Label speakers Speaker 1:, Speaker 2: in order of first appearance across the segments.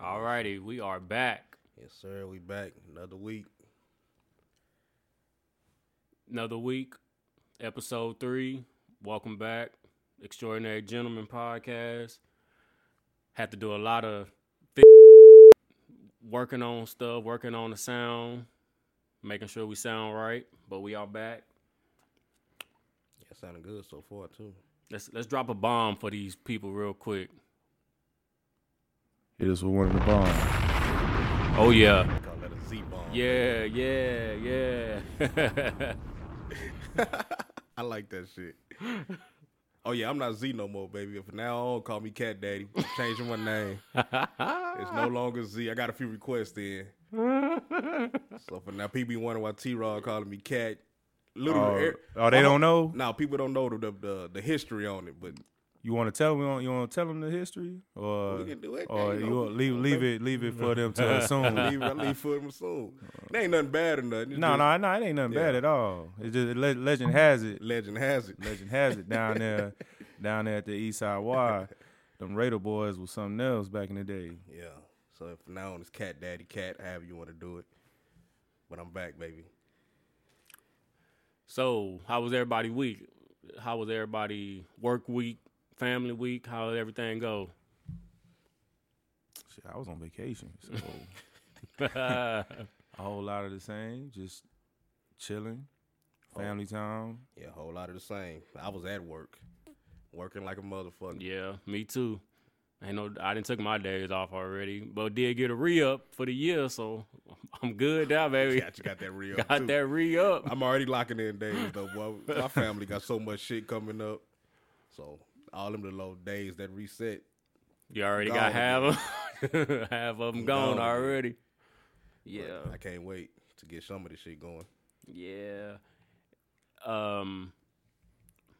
Speaker 1: Alrighty, we are back.
Speaker 2: Yes, sir. We back another week.
Speaker 1: Another week, episode three. Welcome back, Extraordinary Gentlemen Podcast. Had to do a lot of fi- working on stuff, working on the sound, making sure we sound right. But we are back.
Speaker 2: Yeah, sounding good so far too.
Speaker 1: Let's let's drop a bomb for these people real quick.
Speaker 3: Hit us with one of the bombs.
Speaker 1: Oh yeah.
Speaker 2: We call that a Z bomb.
Speaker 1: Yeah, yeah, yeah.
Speaker 2: I like that shit. oh yeah, I'm not Z no more, baby. From now on, call me Cat Daddy. Changing my name. it's no longer Z. I got a few requests in. so for now, people be wondering why T Rod calling me Cat. Literally,
Speaker 3: Oh,
Speaker 2: er-
Speaker 3: oh, they don't know.
Speaker 2: Now people don't know the the, the, the history on it, but
Speaker 3: You want to tell them? You want to tell them the history, or
Speaker 2: We can do it,
Speaker 3: or
Speaker 2: man, you
Speaker 3: Uh, you
Speaker 2: know.
Speaker 3: want- leave leave it leave it for them to assume.
Speaker 2: leave, I leave for them soon. It ain't nothing bad or nothing. It's
Speaker 3: No,
Speaker 2: just
Speaker 3: no, no, it ain't nothing bad
Speaker 2: Yeah.
Speaker 3: at all. It's just le- legend has it.
Speaker 2: Legend has it.
Speaker 3: Legend has it down there, down there at the East Side Y. Them Raider boys was something else back in the day.
Speaker 2: Yeah. So from now on, it's Cat Daddy Cat, however you want to do it. But I'm back, baby.
Speaker 1: so, how was everybody week? How was everybody work week, family week? How did everything go?
Speaker 3: Shit, I was on vacation, so a whole lot of the same, just chilling, family time.
Speaker 2: Yeah, a whole lot of the same. I was at work, working like a motherfucker.
Speaker 1: yeah, me too. Ain't no, I didn't took my days off already, but did get a re up for the year, so I'm good now, baby.
Speaker 2: Got you got that real.
Speaker 1: Got that re up.
Speaker 2: I'm already locking in days though. Boy. My family got so much shit coming up, so all them little days that reset.
Speaker 1: You already
Speaker 2: Gone.
Speaker 1: got half of half of them gone
Speaker 2: Gone.
Speaker 1: already.
Speaker 2: But
Speaker 1: Yeah.
Speaker 2: I can't wait to get some of this shit going.
Speaker 1: Yeah. Um.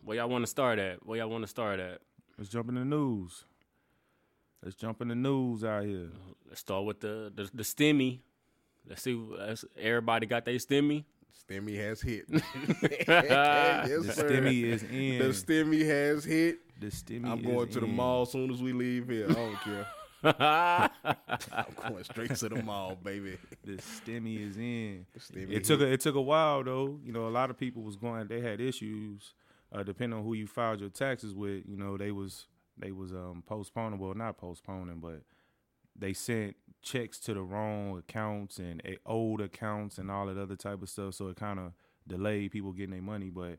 Speaker 1: Where y'all want to start at? Where y'all want to start at?
Speaker 3: Let's jump in the news. Let's jump in the news out here.
Speaker 1: Let's start with the the, the stimmy. Let's see. Let's, everybody got their stimmy.
Speaker 2: Stimmy has hit.
Speaker 3: The
Speaker 2: yes, sir.
Speaker 3: stimmy is in.
Speaker 2: The stimmy has hit.
Speaker 3: The stimmy.
Speaker 2: I'm
Speaker 3: is
Speaker 2: going to the
Speaker 3: in.
Speaker 2: mall soon as we leave here. I don't care.
Speaker 1: yeah,
Speaker 2: I'm going straight to the mall, baby.
Speaker 3: The stimmy is in.
Speaker 2: stimmy
Speaker 3: it took a, it took a while though. You know, a lot of people was going. They had issues. Uh, depending on who you filed your taxes with, you know, they was they was um postponing. Well, not postponing, but they sent checks to the wrong accounts and eh, old accounts and all that other type of stuff. So it kind of delayed people getting their money. But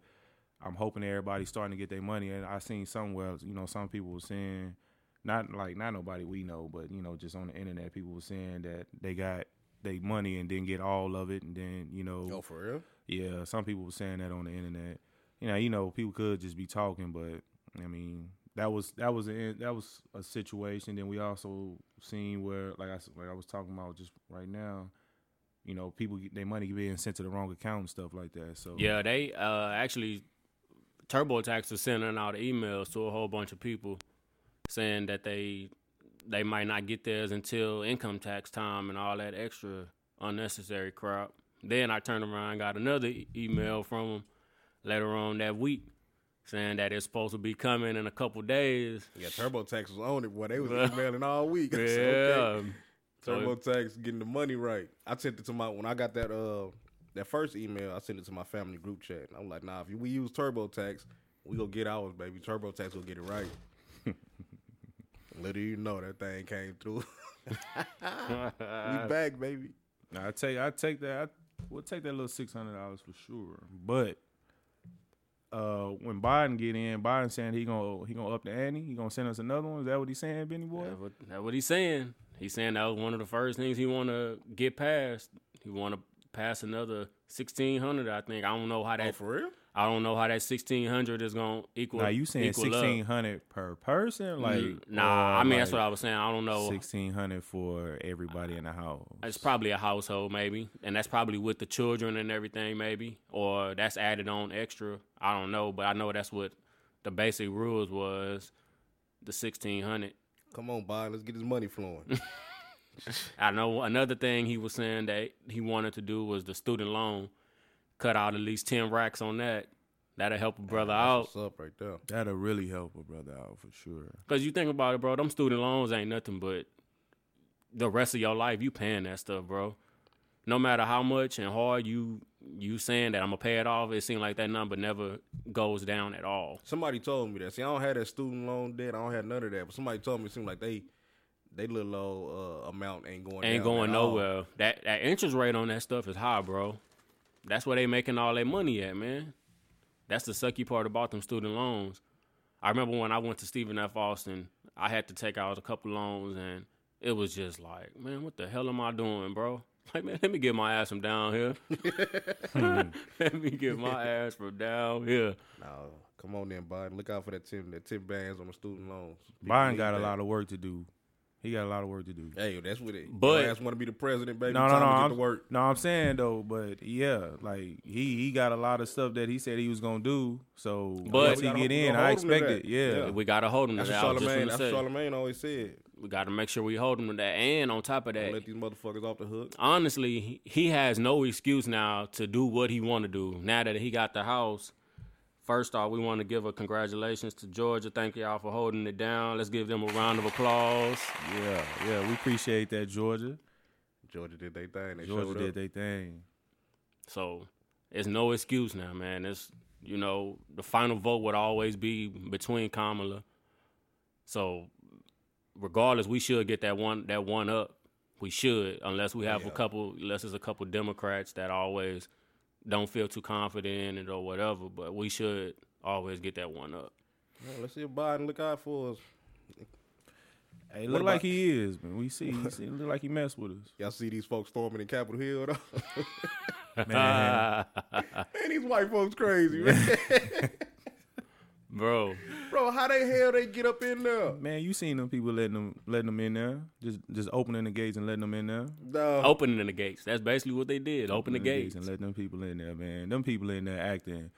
Speaker 3: I'm hoping everybody's starting to get their money. And I seen somewhere, you know, some people were saying, not like not nobody we know, but you know, just on the internet, people were saying that they got their money and didn't get all of it, and then you know,
Speaker 2: Oh, for real?
Speaker 3: yeah, some people were saying that on the internet. You know, you know, people could just be talking, but I mean, that was that was a, that was a situation. Then we also seen where, like I s- like I was talking about just right now, you know, people get their money being sent to the wrong account and stuff like that. So
Speaker 1: they uh actually TurboTax was sending out emails to a whole bunch of people saying that they they might not get theirs until income tax time and all that extra unnecessary crap. Then I turned around and got another e- email from them later on that week saying that it's supposed to be coming in a couple days.
Speaker 2: Yeah, TurboTax was on it, boy. They was emailing all week. I
Speaker 1: Yeah.
Speaker 2: said, okay.
Speaker 1: So-
Speaker 2: TurboTax getting the money right. I sent it to my when I got that uh that first email, I sent it to my family group chat. And I'm like, nah, if we use TurboTax, we gonna get ours, baby. TurboTax will get it right. Little do you know that thing came through. we back, baby.
Speaker 3: Nah, I take I take that I we'll take that little six hundred dollars for sure. But uh when Biden get in, Biden saying he gonna he gonna up the ante, he gonna send us another one. Is that what he's saying, Benny Boy?
Speaker 1: That's what, that's what he's saying. He's saying that was one of the first things he want to get past. He want to pass another sixteen hundred. I think I don't know how
Speaker 2: Oh,
Speaker 1: that.
Speaker 2: for real?
Speaker 1: I don't know how that sixteen hundred is gonna equal.
Speaker 3: Now you saying
Speaker 1: equal up. Mm,
Speaker 3: sixteen hundred per person? Like oh,
Speaker 1: Nah, I mean that's what I was saying. I don't know.
Speaker 3: Sixteen hundred for everybody in the house.
Speaker 1: It's probably a household maybe, and that's probably with the children and everything maybe, or that's added on extra. I don't know, but I know that's what the basic rules was. The sixteen hundred.
Speaker 2: Come on, Biden, let's get his money flowing.
Speaker 1: I know another thing he was saying that he wanted to do was the student loan, cut out at least ten racks on that, That'll help a brother out.
Speaker 2: What's up right there?
Speaker 3: That'll really help a brother out for sure.
Speaker 1: Cause you think about it, bro. Them student loans ain't nothing but the rest of your life you paying that stuff, bro. No matter how much and hard you you saying that I'm gonna pay it off, it seems like that number never goes down at all.
Speaker 2: Somebody told me that. See, I don't have that student loan debt. I don't have none of that. But somebody told me it seemed like they they little old uh, amount ain't going
Speaker 1: Ain't
Speaker 2: down
Speaker 1: going
Speaker 2: at all.
Speaker 1: nowhere. That that interest rate on that stuff is high, bro. That's where they making all their money at, man. That's the sucky part about them student loans. I remember when I went to Stephen F. Austin, I had to take out a couple loans, and it was just like, man, what the hell am I doing, bro? Like, man, let me get my ass from down here.
Speaker 2: Hmm.
Speaker 1: let me get my ass from down here.
Speaker 2: No, come on then, Biden. Look out for that ten that ten bands on the student loans.
Speaker 3: Biden got a lot of work to do. He got a lot of work to do.
Speaker 2: Hey, that's what it.
Speaker 1: But-
Speaker 2: But ass want to be the president, baby.
Speaker 3: No,
Speaker 2: Time
Speaker 3: no, no.
Speaker 2: to get
Speaker 3: I'm,
Speaker 2: to work.
Speaker 3: No, I'm saying though, but yeah, like he he got a lot of stuff that he said he was gonna do. So once he
Speaker 2: We gotta
Speaker 3: get in,
Speaker 2: hold
Speaker 3: I
Speaker 2: him to
Speaker 3: expect
Speaker 2: that.
Speaker 3: it. Yeah.
Speaker 2: Yeah.
Speaker 1: We gotta hold them to
Speaker 2: That's
Speaker 1: that.
Speaker 2: what
Speaker 1: I was just
Speaker 2: Charlemagne.
Speaker 1: finna
Speaker 2: That's
Speaker 1: say.
Speaker 2: what Charlemagne always said.
Speaker 1: we gotta make sure we hold them to that. And on top of that,
Speaker 2: Don't let these motherfuckers off the hook.
Speaker 1: honestly, he- he has no excuse now to do what he want to do. Now that he got the house, first off, we want to give a congratulations to Georgia. Thank y'all for holding it down. Let's give them a round of applause.
Speaker 3: Yeah, yeah. We appreciate that, Georgia.
Speaker 2: Georgia did their thing. They
Speaker 3: Georgia
Speaker 2: showed
Speaker 3: did
Speaker 2: up.
Speaker 3: their thing.
Speaker 1: So it's no excuse now, man. It's you know the final vote would always be between Kamala. So regardless, we should get that one that one up. We should, unless we have a
Speaker 2: Yeah.
Speaker 1: couple, unless there's a couple Democrats that always don't feel too confident and or whatever. But we should always get that one up.
Speaker 2: Yeah, let's see if Biden look out for us.
Speaker 3: Hey,
Speaker 2: What
Speaker 3: look
Speaker 2: about-
Speaker 3: like he is, man. We see, he see- look like he messed with us.
Speaker 2: Y'all see these folks storming in Capitol Hill? Though?
Speaker 3: Man,
Speaker 2: man, these white folks crazy, man.
Speaker 1: Bro,
Speaker 2: Bro, how the hell they get up in there?
Speaker 3: man, you seen them people letting them letting them in there, just just opening the gates and letting them in there.
Speaker 2: No.
Speaker 1: opening the gates. That's basically what they did. Open the gates.
Speaker 3: and let them people in there, man. Them people in there acting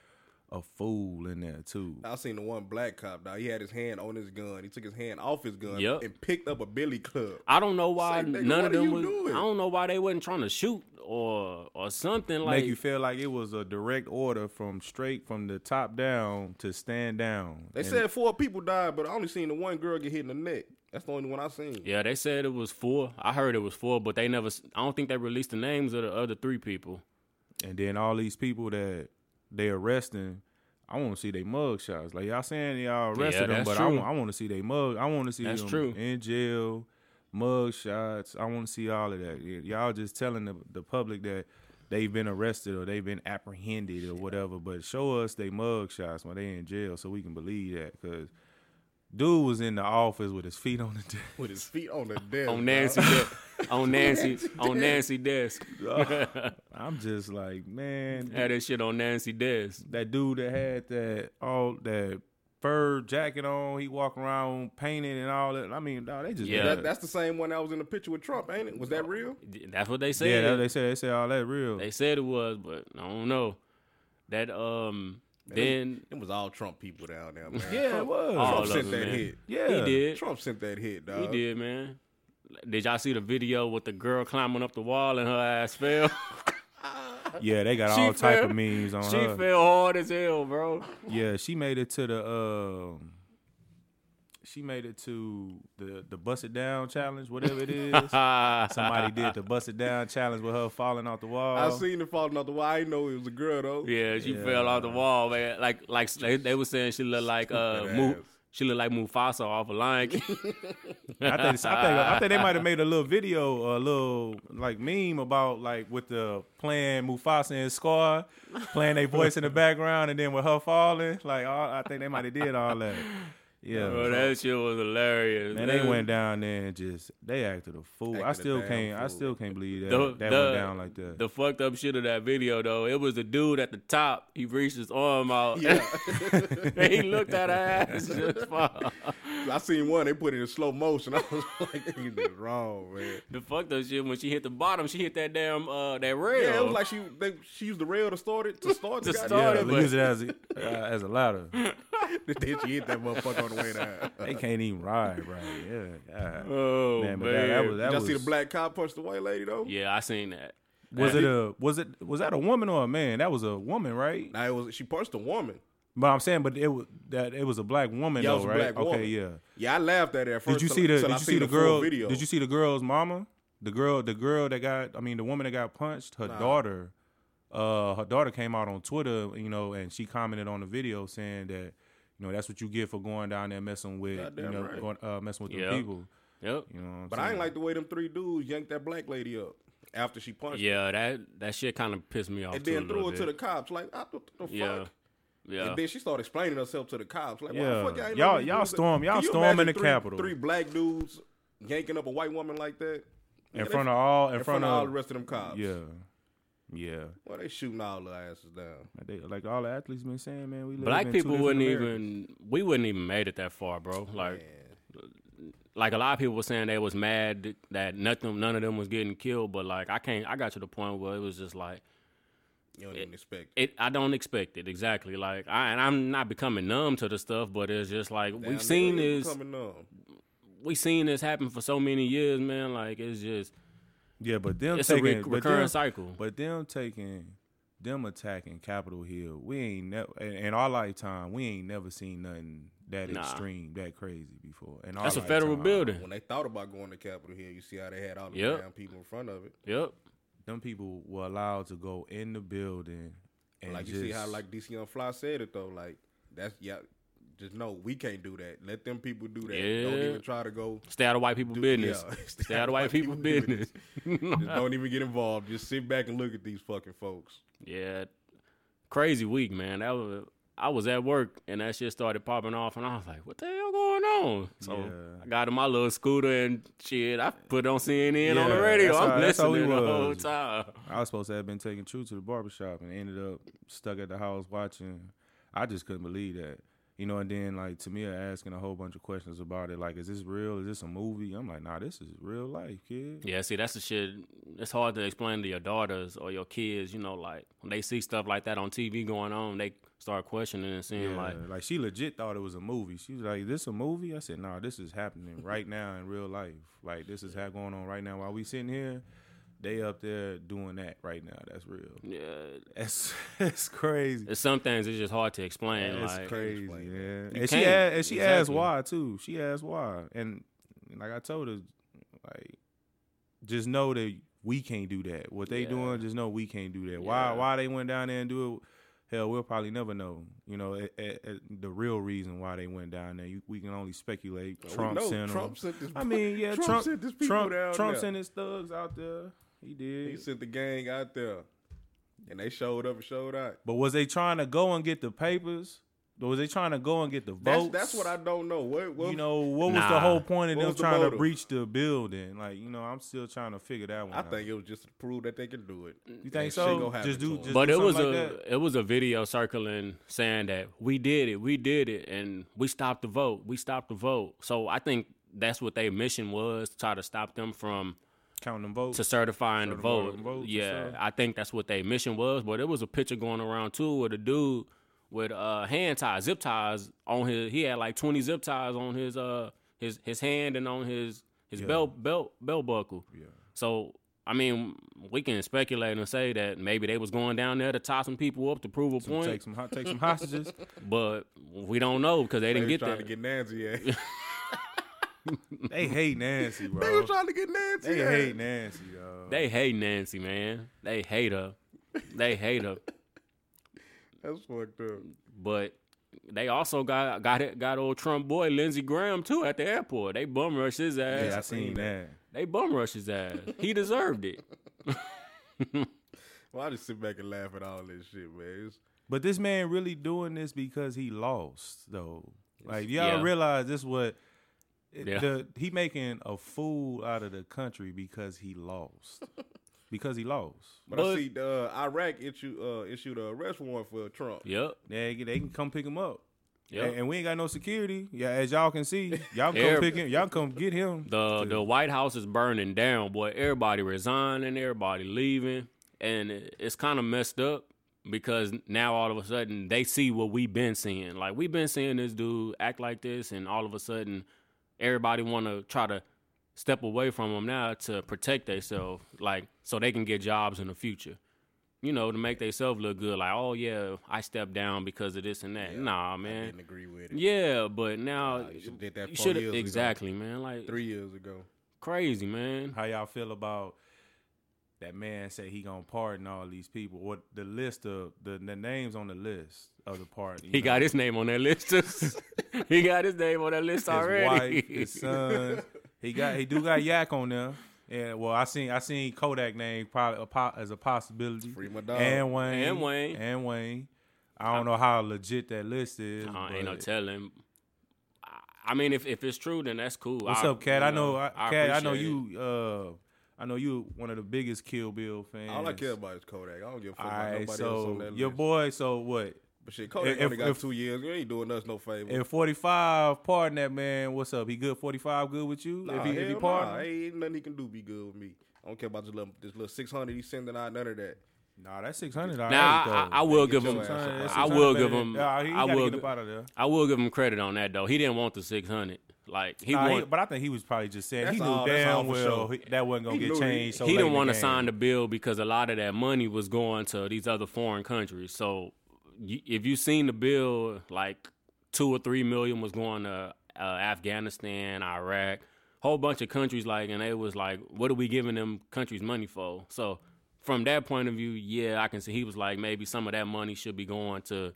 Speaker 3: a fool in there too.
Speaker 2: I seen the one black cop, dog. He had his hand on his gun. He took his hand off his gun
Speaker 1: Yep.
Speaker 2: and picked up a billy club.
Speaker 1: I don't know why
Speaker 2: Say, nigga,
Speaker 1: none
Speaker 2: what
Speaker 1: of
Speaker 2: are
Speaker 1: them
Speaker 2: you
Speaker 1: was.
Speaker 2: doing?
Speaker 1: I don't know why they wasn't trying to shoot or or something like.
Speaker 3: Make you feel like it was a direct order from straight from the top down to stand down.
Speaker 2: They
Speaker 3: And
Speaker 2: said four people died, but I only seen the one girl get hit in the neck. That's the only one I seen.
Speaker 1: yeah, they said it was four. I heard it was four, but they never. s- I don't think they released the names of the other three people.
Speaker 3: and then all these people that they arresting, I want to see their mug shots. Like y'all saying y'all arrested
Speaker 1: Yeah,
Speaker 3: them,
Speaker 1: that's
Speaker 3: but
Speaker 1: true.
Speaker 3: I, want to see their mug. I want to see
Speaker 1: That's
Speaker 3: them
Speaker 1: true.
Speaker 3: in jail, mug shots. I want to see all of that. Y- Y'all just telling the, the public that they've been arrested or they've been apprehended or whatever, but show us their mug shots when they in jail so we can believe that. Because dude was in the office with his feet on the desk.
Speaker 2: With his feet on the desk.
Speaker 1: on
Speaker 2: dog.
Speaker 1: Nancy, de- on Nancy, on Nancy desk.
Speaker 3: I'm just like, man,
Speaker 1: Had that shit on Nancy desk.
Speaker 3: that dude that had that all that fur jacket on, he walk around painted and all that. I mean, dog, they just
Speaker 1: Yeah.
Speaker 2: That, that's the same one that was in the picture with Trump, ain't it? Was that real?
Speaker 1: That's what they said.
Speaker 3: yeah. That, they said they said all that real.
Speaker 1: they said it was, but I don't know. That um then
Speaker 2: It was all Trump people down there, man.
Speaker 3: yeah, it was.
Speaker 1: all
Speaker 2: Trump
Speaker 1: of
Speaker 2: sent
Speaker 1: them,
Speaker 2: that
Speaker 1: man.
Speaker 2: hit.
Speaker 3: yeah,
Speaker 1: he did.
Speaker 2: Trump sent that hit, dog.
Speaker 1: He did, man. Did y'all see the video with the girl climbing up the wall and her ass fell?
Speaker 3: Yeah, they got
Speaker 1: She
Speaker 3: all type
Speaker 1: fell-
Speaker 3: of memes on
Speaker 1: she
Speaker 3: her.
Speaker 1: fell hard as hell, bro.
Speaker 3: Yeah, she made it to the um, she made it to the the bust it down challenge, whatever it is. Somebody did the bust it down challenge with her falling off the wall.
Speaker 2: I seen it falling out the wall. I didn't know it was a girl though.
Speaker 1: Yeah, she fell off the wall, man. Like like they, they were saying she looked like uh
Speaker 2: Stupid
Speaker 1: Mu-
Speaker 2: ass.
Speaker 1: she looked like Mufasa off a Lion King.
Speaker 3: I think, I think I think they might have made a little video, a little like meme about like with the playing Mufasa and Scar, playing their voice in the background, and then with her falling. Like all, I think they might have did all that. Yeah,
Speaker 1: Bro, that shit was hilarious.
Speaker 3: man, they
Speaker 1: man.
Speaker 3: went down there and just they acted a fool.
Speaker 2: Acted
Speaker 3: I
Speaker 2: a
Speaker 3: still
Speaker 2: damn
Speaker 3: can't, I
Speaker 2: fool.
Speaker 3: still can't believe that
Speaker 1: The-
Speaker 3: that
Speaker 1: the-
Speaker 3: went down like that.
Speaker 1: The fucked up shit of that video though, it was the dude at the top. He reached his arm out. and he looked at her ass just fall.
Speaker 2: I seen one. They put it in slow motion. I was like, "You did wrong, man."
Speaker 1: The fucked up shit when she hit the bottom, she hit that damn uh that rail.
Speaker 2: Yeah, it was like she they, she used the rail to start it to start
Speaker 1: To
Speaker 2: the goddamn-
Speaker 1: start
Speaker 3: yeah,
Speaker 1: started,
Speaker 3: they
Speaker 1: but-
Speaker 3: use it as a, uh, as a ladder.
Speaker 2: Then she hit that motherfucker on the way down.
Speaker 3: They can't even ride right. Yeah, God.
Speaker 1: oh man,
Speaker 3: man, but that, that was that
Speaker 2: Did y'all
Speaker 3: was
Speaker 2: see the black cop punch the white lady though?
Speaker 1: Yeah, I seen that.
Speaker 3: Was
Speaker 1: Yeah.
Speaker 3: it a was it was that a woman or a man? That was a woman, right?
Speaker 2: Now it was she punched a woman.
Speaker 3: But I'm saying, but it was that it was a black woman
Speaker 2: Yeah, it
Speaker 3: though,
Speaker 2: was a
Speaker 3: right?
Speaker 2: black
Speaker 3: okay,
Speaker 2: woman.
Speaker 3: yeah.
Speaker 2: Yeah, I laughed at it at first.
Speaker 3: Did you
Speaker 2: till-
Speaker 3: see the
Speaker 2: till
Speaker 3: Did
Speaker 2: I
Speaker 3: you
Speaker 2: seen
Speaker 3: see the
Speaker 2: full
Speaker 3: girl?
Speaker 2: Video.
Speaker 3: Did you see the girl's mama? The girl, the girl that got, I mean, the woman that got punched. Her daughter, uh, her daughter came out on Twitter, you know, and she commented on the video saying that, you know, that's what you get for going down there messing with, you
Speaker 2: Goddamn
Speaker 3: know,
Speaker 2: right.
Speaker 3: going, uh, messing with
Speaker 1: Yeah.
Speaker 3: the people.
Speaker 1: Yep.
Speaker 3: You know, what I'm
Speaker 2: But
Speaker 3: saying?
Speaker 2: I ain't like the way them three dudes yanked that black lady up after she punched. her.
Speaker 1: Yeah, that that shit kind of pissed me off.
Speaker 2: And
Speaker 1: too a
Speaker 2: then threw
Speaker 1: little
Speaker 2: her to the
Speaker 1: bit.
Speaker 2: cops. Like, I, what the fuck?
Speaker 1: Yeah. Yeah.
Speaker 2: And then she started explaining herself to the cops. Like, why
Speaker 3: Yeah.
Speaker 2: the fuck y'all ain't
Speaker 3: Y'all-
Speaker 2: let me
Speaker 3: y'all
Speaker 2: do that?
Speaker 3: storm- y'all
Speaker 2: Can you
Speaker 3: storming
Speaker 2: imagine
Speaker 3: the
Speaker 2: three,
Speaker 3: Capitol.
Speaker 2: Three black dudes yanking up a white woman like that
Speaker 3: in front of all, in,
Speaker 2: in front of all the rest of them cops.
Speaker 3: yeah, yeah.
Speaker 2: Well, they shooting all the asses down.
Speaker 3: Like, they, like all the athletes been saying, man, we live
Speaker 1: Black
Speaker 3: in two
Speaker 1: people
Speaker 3: different
Speaker 1: wouldn't
Speaker 3: Americas.
Speaker 1: even we wouldn't even made it that far, bro. Like like a lot of people were saying they was mad th- that nothing none of them was getting killed, but like I can't I got to the point where it was just like
Speaker 2: You don't even expect. it.
Speaker 1: it I don't expect it exactly. Like I and I'm not becoming numb to the stuff, but it's just like
Speaker 2: Damn,
Speaker 1: we've
Speaker 2: nigga,
Speaker 1: seen
Speaker 2: you
Speaker 1: this
Speaker 2: Coming on.
Speaker 1: we've seen this happen for so many years, man. Like it's just
Speaker 3: Yeah, but them
Speaker 1: it's a
Speaker 3: taking
Speaker 1: re-
Speaker 3: but
Speaker 1: recurring
Speaker 3: them-
Speaker 1: cycle.
Speaker 3: But them taking, them attacking Capitol Hill, we ain't never in, in our lifetime. We ain't never seen nothing that
Speaker 1: Nah.
Speaker 3: extreme, that crazy before. And
Speaker 1: That's a federal building.
Speaker 2: When they thought about going to Capitol Hill, you see how they had all the
Speaker 1: Yep.
Speaker 2: damn people in front of it.
Speaker 1: Yep.
Speaker 3: Them people were allowed to go in the building, and
Speaker 2: like
Speaker 3: just,
Speaker 2: you see how like DC on Fly said it though. Like that's yeah. Just know we can't do that. Let them people do that. Don't
Speaker 1: Yeah.
Speaker 2: even try to go.
Speaker 1: Stay out of white people business.
Speaker 2: yeah.
Speaker 1: Stay out of white people business.
Speaker 2: Just don't even get involved. Just sit back and look at these fucking folks.
Speaker 1: Yeah, crazy week, man. That was I was at work and that shit started popping off, and I was like, "What the hell going on?" So
Speaker 3: Yeah.
Speaker 1: I got in my little scooter and shit. I put on CNN on the
Speaker 3: Yeah,
Speaker 1: radio.
Speaker 3: that's
Speaker 1: I'm
Speaker 3: how- that's how we
Speaker 1: listening the whole
Speaker 3: was.
Speaker 1: time.
Speaker 3: I was supposed to have been taking True to the barbershop and ended up stuck at the house watching. I just couldn't believe that. You know, and then like Tamia asking a whole bunch of questions about it, like, is this real? Is this a movie? I'm like, nah, this is real life, kid.
Speaker 1: Yeah, see, that's the shit. It's hard to explain to your daughters or your kids. You know, like when they see stuff like that on TV going on, they start questioning and seeing
Speaker 3: Yeah,
Speaker 1: like,
Speaker 3: like, she legit thought it was a movie. She was like, "This a movie?" I said, "Nah, this is happening right now in real life. Like this is ha- going on right now while we sitting here. They up there doing that right now. That's real.
Speaker 1: yeah.
Speaker 3: That's that's crazy.
Speaker 1: It's some things it's just hard to explain.
Speaker 3: It's
Speaker 1: like,
Speaker 3: crazy,
Speaker 2: explain
Speaker 3: man.
Speaker 1: You
Speaker 3: And she
Speaker 1: can't.
Speaker 3: asked, and she asked
Speaker 1: Exactly.
Speaker 3: why too. She asked why, and like I told her, like just know that we can't do that. What they
Speaker 1: Yeah.
Speaker 3: doing, just know we can't do that. Why?
Speaker 1: Yeah.
Speaker 3: Why they went down there and do it? Hell, we'll probably never know. You know, eh, eh, eh, the real reason why they went down there. You, we can only speculate.
Speaker 2: Oh, We
Speaker 3: Trump
Speaker 2: know
Speaker 3: sent 'em.
Speaker 2: Trump sent this.
Speaker 3: I mean, yeah, Trump, Trump
Speaker 2: sent this people
Speaker 3: Trump,
Speaker 2: down there.
Speaker 3: sent his thugs out there. He did.
Speaker 2: He sent the gang out there, and they showed up and showed out.
Speaker 3: but was they trying to go and get the papers? Was they trying to go and get the
Speaker 2: That's,
Speaker 3: votes?
Speaker 2: that's what I don't know. What, what
Speaker 3: you know what was the
Speaker 1: Nah.
Speaker 3: whole point of
Speaker 2: What
Speaker 3: them
Speaker 2: was the
Speaker 3: trying to
Speaker 2: motive?
Speaker 3: breach the building? Like you know, I'm still trying to figure that one.
Speaker 2: I
Speaker 3: out.
Speaker 2: think it was just to prove that they can do it.
Speaker 3: you
Speaker 2: Uh-huh. Mm. that
Speaker 3: think
Speaker 2: shit
Speaker 3: so.
Speaker 2: gonna happen
Speaker 3: Just do,
Speaker 2: to 'em.
Speaker 3: just
Speaker 1: but
Speaker 3: do
Speaker 1: it was
Speaker 3: something
Speaker 1: a
Speaker 3: like that.
Speaker 1: it was a video circling saying that we did it, we did it, and we stopped the vote, we stopped the vote. So I think that's what their mission was to try to stop them from
Speaker 3: counting them votes.
Speaker 1: to certifying the
Speaker 3: Certifying
Speaker 1: vote.
Speaker 3: them votes and
Speaker 1: yeah,
Speaker 3: stuff.
Speaker 1: I think that's what their mission was. But it was a picture going around too with a dude with uh hand ties, zip ties on his. He had like twenty zip ties on his uh his his hand and on his his belt belt belt buckle.
Speaker 3: Yeah.
Speaker 1: So I mean, we can speculate and say that maybe they was going down there to tie some people up to prove a point,
Speaker 3: Take some ho- take some hostages.
Speaker 1: but we don't know because they
Speaker 2: They
Speaker 1: didn't
Speaker 2: was
Speaker 1: get
Speaker 2: trying
Speaker 1: that.
Speaker 2: to get Nancy. ass. they
Speaker 3: they hate Nancy,
Speaker 2: were
Speaker 3: bro.
Speaker 2: trying to get Nancy.
Speaker 3: They
Speaker 2: ass.
Speaker 3: hate Nancy, dog.
Speaker 1: they hate Nancy, man. They hate her. They hate her.
Speaker 2: That's fucked up.
Speaker 1: But they also got got it, got old Trump boy Lindsey Graham too at the airport. They bum rushed his ass.
Speaker 3: yeah, I seen that.
Speaker 1: They bum rushed his ass. he deserved it.
Speaker 2: Well, I just sit back and laugh at all this shit, man. It's,
Speaker 3: But this man really doing this because he lost, though. Like y'all
Speaker 1: Yeah.
Speaker 3: realize this what it-
Speaker 1: Yeah.
Speaker 3: the, he making a fool out of the country because he lost. because he lost.
Speaker 2: but, I
Speaker 1: But-
Speaker 2: see uh, Iraq issue uh, issued a arrest warrant for Trump.
Speaker 1: Yep.
Speaker 3: They they can come pick him up.
Speaker 1: Yep.
Speaker 3: And, and we ain't got no security. Yeah, as y'all can see, y'all can come
Speaker 1: Every-
Speaker 3: pick him. Y'all come get him.
Speaker 1: The the White House is burning down, boy. Everybody resigning, everybody leaving, and it- it's kind of messed up because now all of a sudden they see what we've been seeing. Like we've been seeing this dude act like this, and all of a sudden everybody want to try to step away from them now to protect themselves, like so they can get jobs in the future. You know, to make themselves look good, like, oh yeah, I stepped down because of this and that.
Speaker 2: Yeah,
Speaker 1: nah,
Speaker 2: I
Speaker 1: man.
Speaker 2: didn't agree with it.
Speaker 1: Yeah, but now
Speaker 2: Nah, you should've did that
Speaker 1: you
Speaker 2: four
Speaker 1: should've-
Speaker 2: years ago.
Speaker 1: exactly, man. Like
Speaker 2: Three years ago.
Speaker 1: crazy, man.
Speaker 3: How y'all feel about that man say he gonna pardon all these people? Or the list of the, the names on the list of the pardon? you
Speaker 1: He
Speaker 3: know?
Speaker 1: got his name on that list. he got his name on that list
Speaker 3: his
Speaker 1: already.
Speaker 3: wife, his sons. He got he do got Yak on there. And well, I seen I seen Kodak name probably a po- as a possibility.
Speaker 2: Free my dog.
Speaker 3: And Wayne.
Speaker 1: And Wayne.
Speaker 3: And Wayne. I don't know how legit that list is.
Speaker 1: Uh, ain't no
Speaker 3: but-
Speaker 1: telling. I- I mean, if, if it's true, then that's cool.
Speaker 3: What's
Speaker 1: I-
Speaker 3: up, Cat?
Speaker 1: you
Speaker 3: I know, I, Cat. I know
Speaker 1: appreciate it.
Speaker 3: you. Uh, I know you one of the biggest Kill Bill fans.
Speaker 2: All I care about is Kodak. I don't give a fuck
Speaker 3: All
Speaker 2: about
Speaker 3: right,
Speaker 2: nobody else on
Speaker 3: so
Speaker 2: that
Speaker 3: your
Speaker 2: list.
Speaker 3: boy. So what?
Speaker 2: But shit, Kodak
Speaker 3: if-
Speaker 2: only got
Speaker 3: if-
Speaker 2: two years. You ain't doing us no favor.
Speaker 3: At forty five, pardon that man. What's up? He good? Forty five, good with you?
Speaker 2: Nah,
Speaker 3: if he, if he
Speaker 2: hell
Speaker 3: pardon,
Speaker 2: nah. ain't nothing he can do be good with me. I don't care about this little, this little 600 he's sending out, none of that.
Speaker 3: Nah, that's six hundred. Nah,
Speaker 1: Now, I, I, I will
Speaker 2: Get
Speaker 1: give
Speaker 2: your
Speaker 1: him.
Speaker 2: ass up out of
Speaker 1: I
Speaker 2: here.
Speaker 1: will give him. I will.
Speaker 3: Get
Speaker 1: gi-
Speaker 3: up out of there.
Speaker 1: I will give him credit on that though. He didn't want the six hundred. Like he
Speaker 3: Nah, he-
Speaker 1: want,
Speaker 3: but I think he was probably just saying
Speaker 2: That's
Speaker 3: he knew
Speaker 2: all- that's all
Speaker 3: damn
Speaker 2: for
Speaker 3: well
Speaker 2: sure.
Speaker 3: he- that wasn't gonna
Speaker 2: He
Speaker 3: get
Speaker 2: knew
Speaker 3: changed. So
Speaker 1: he
Speaker 3: late
Speaker 1: didn't
Speaker 3: in
Speaker 1: want
Speaker 3: the
Speaker 1: to sign
Speaker 3: game.
Speaker 1: the bill because a lot of that money was going to these other foreign countries. So you, if you seen the bill, like two or three million was going to uh, Afghanistan, Iraq, whole bunch of countries. Like, and they was like, "What are we giving them countries money for?" So from that point of view, yeah, I can see he was like, maybe some of that money should be going to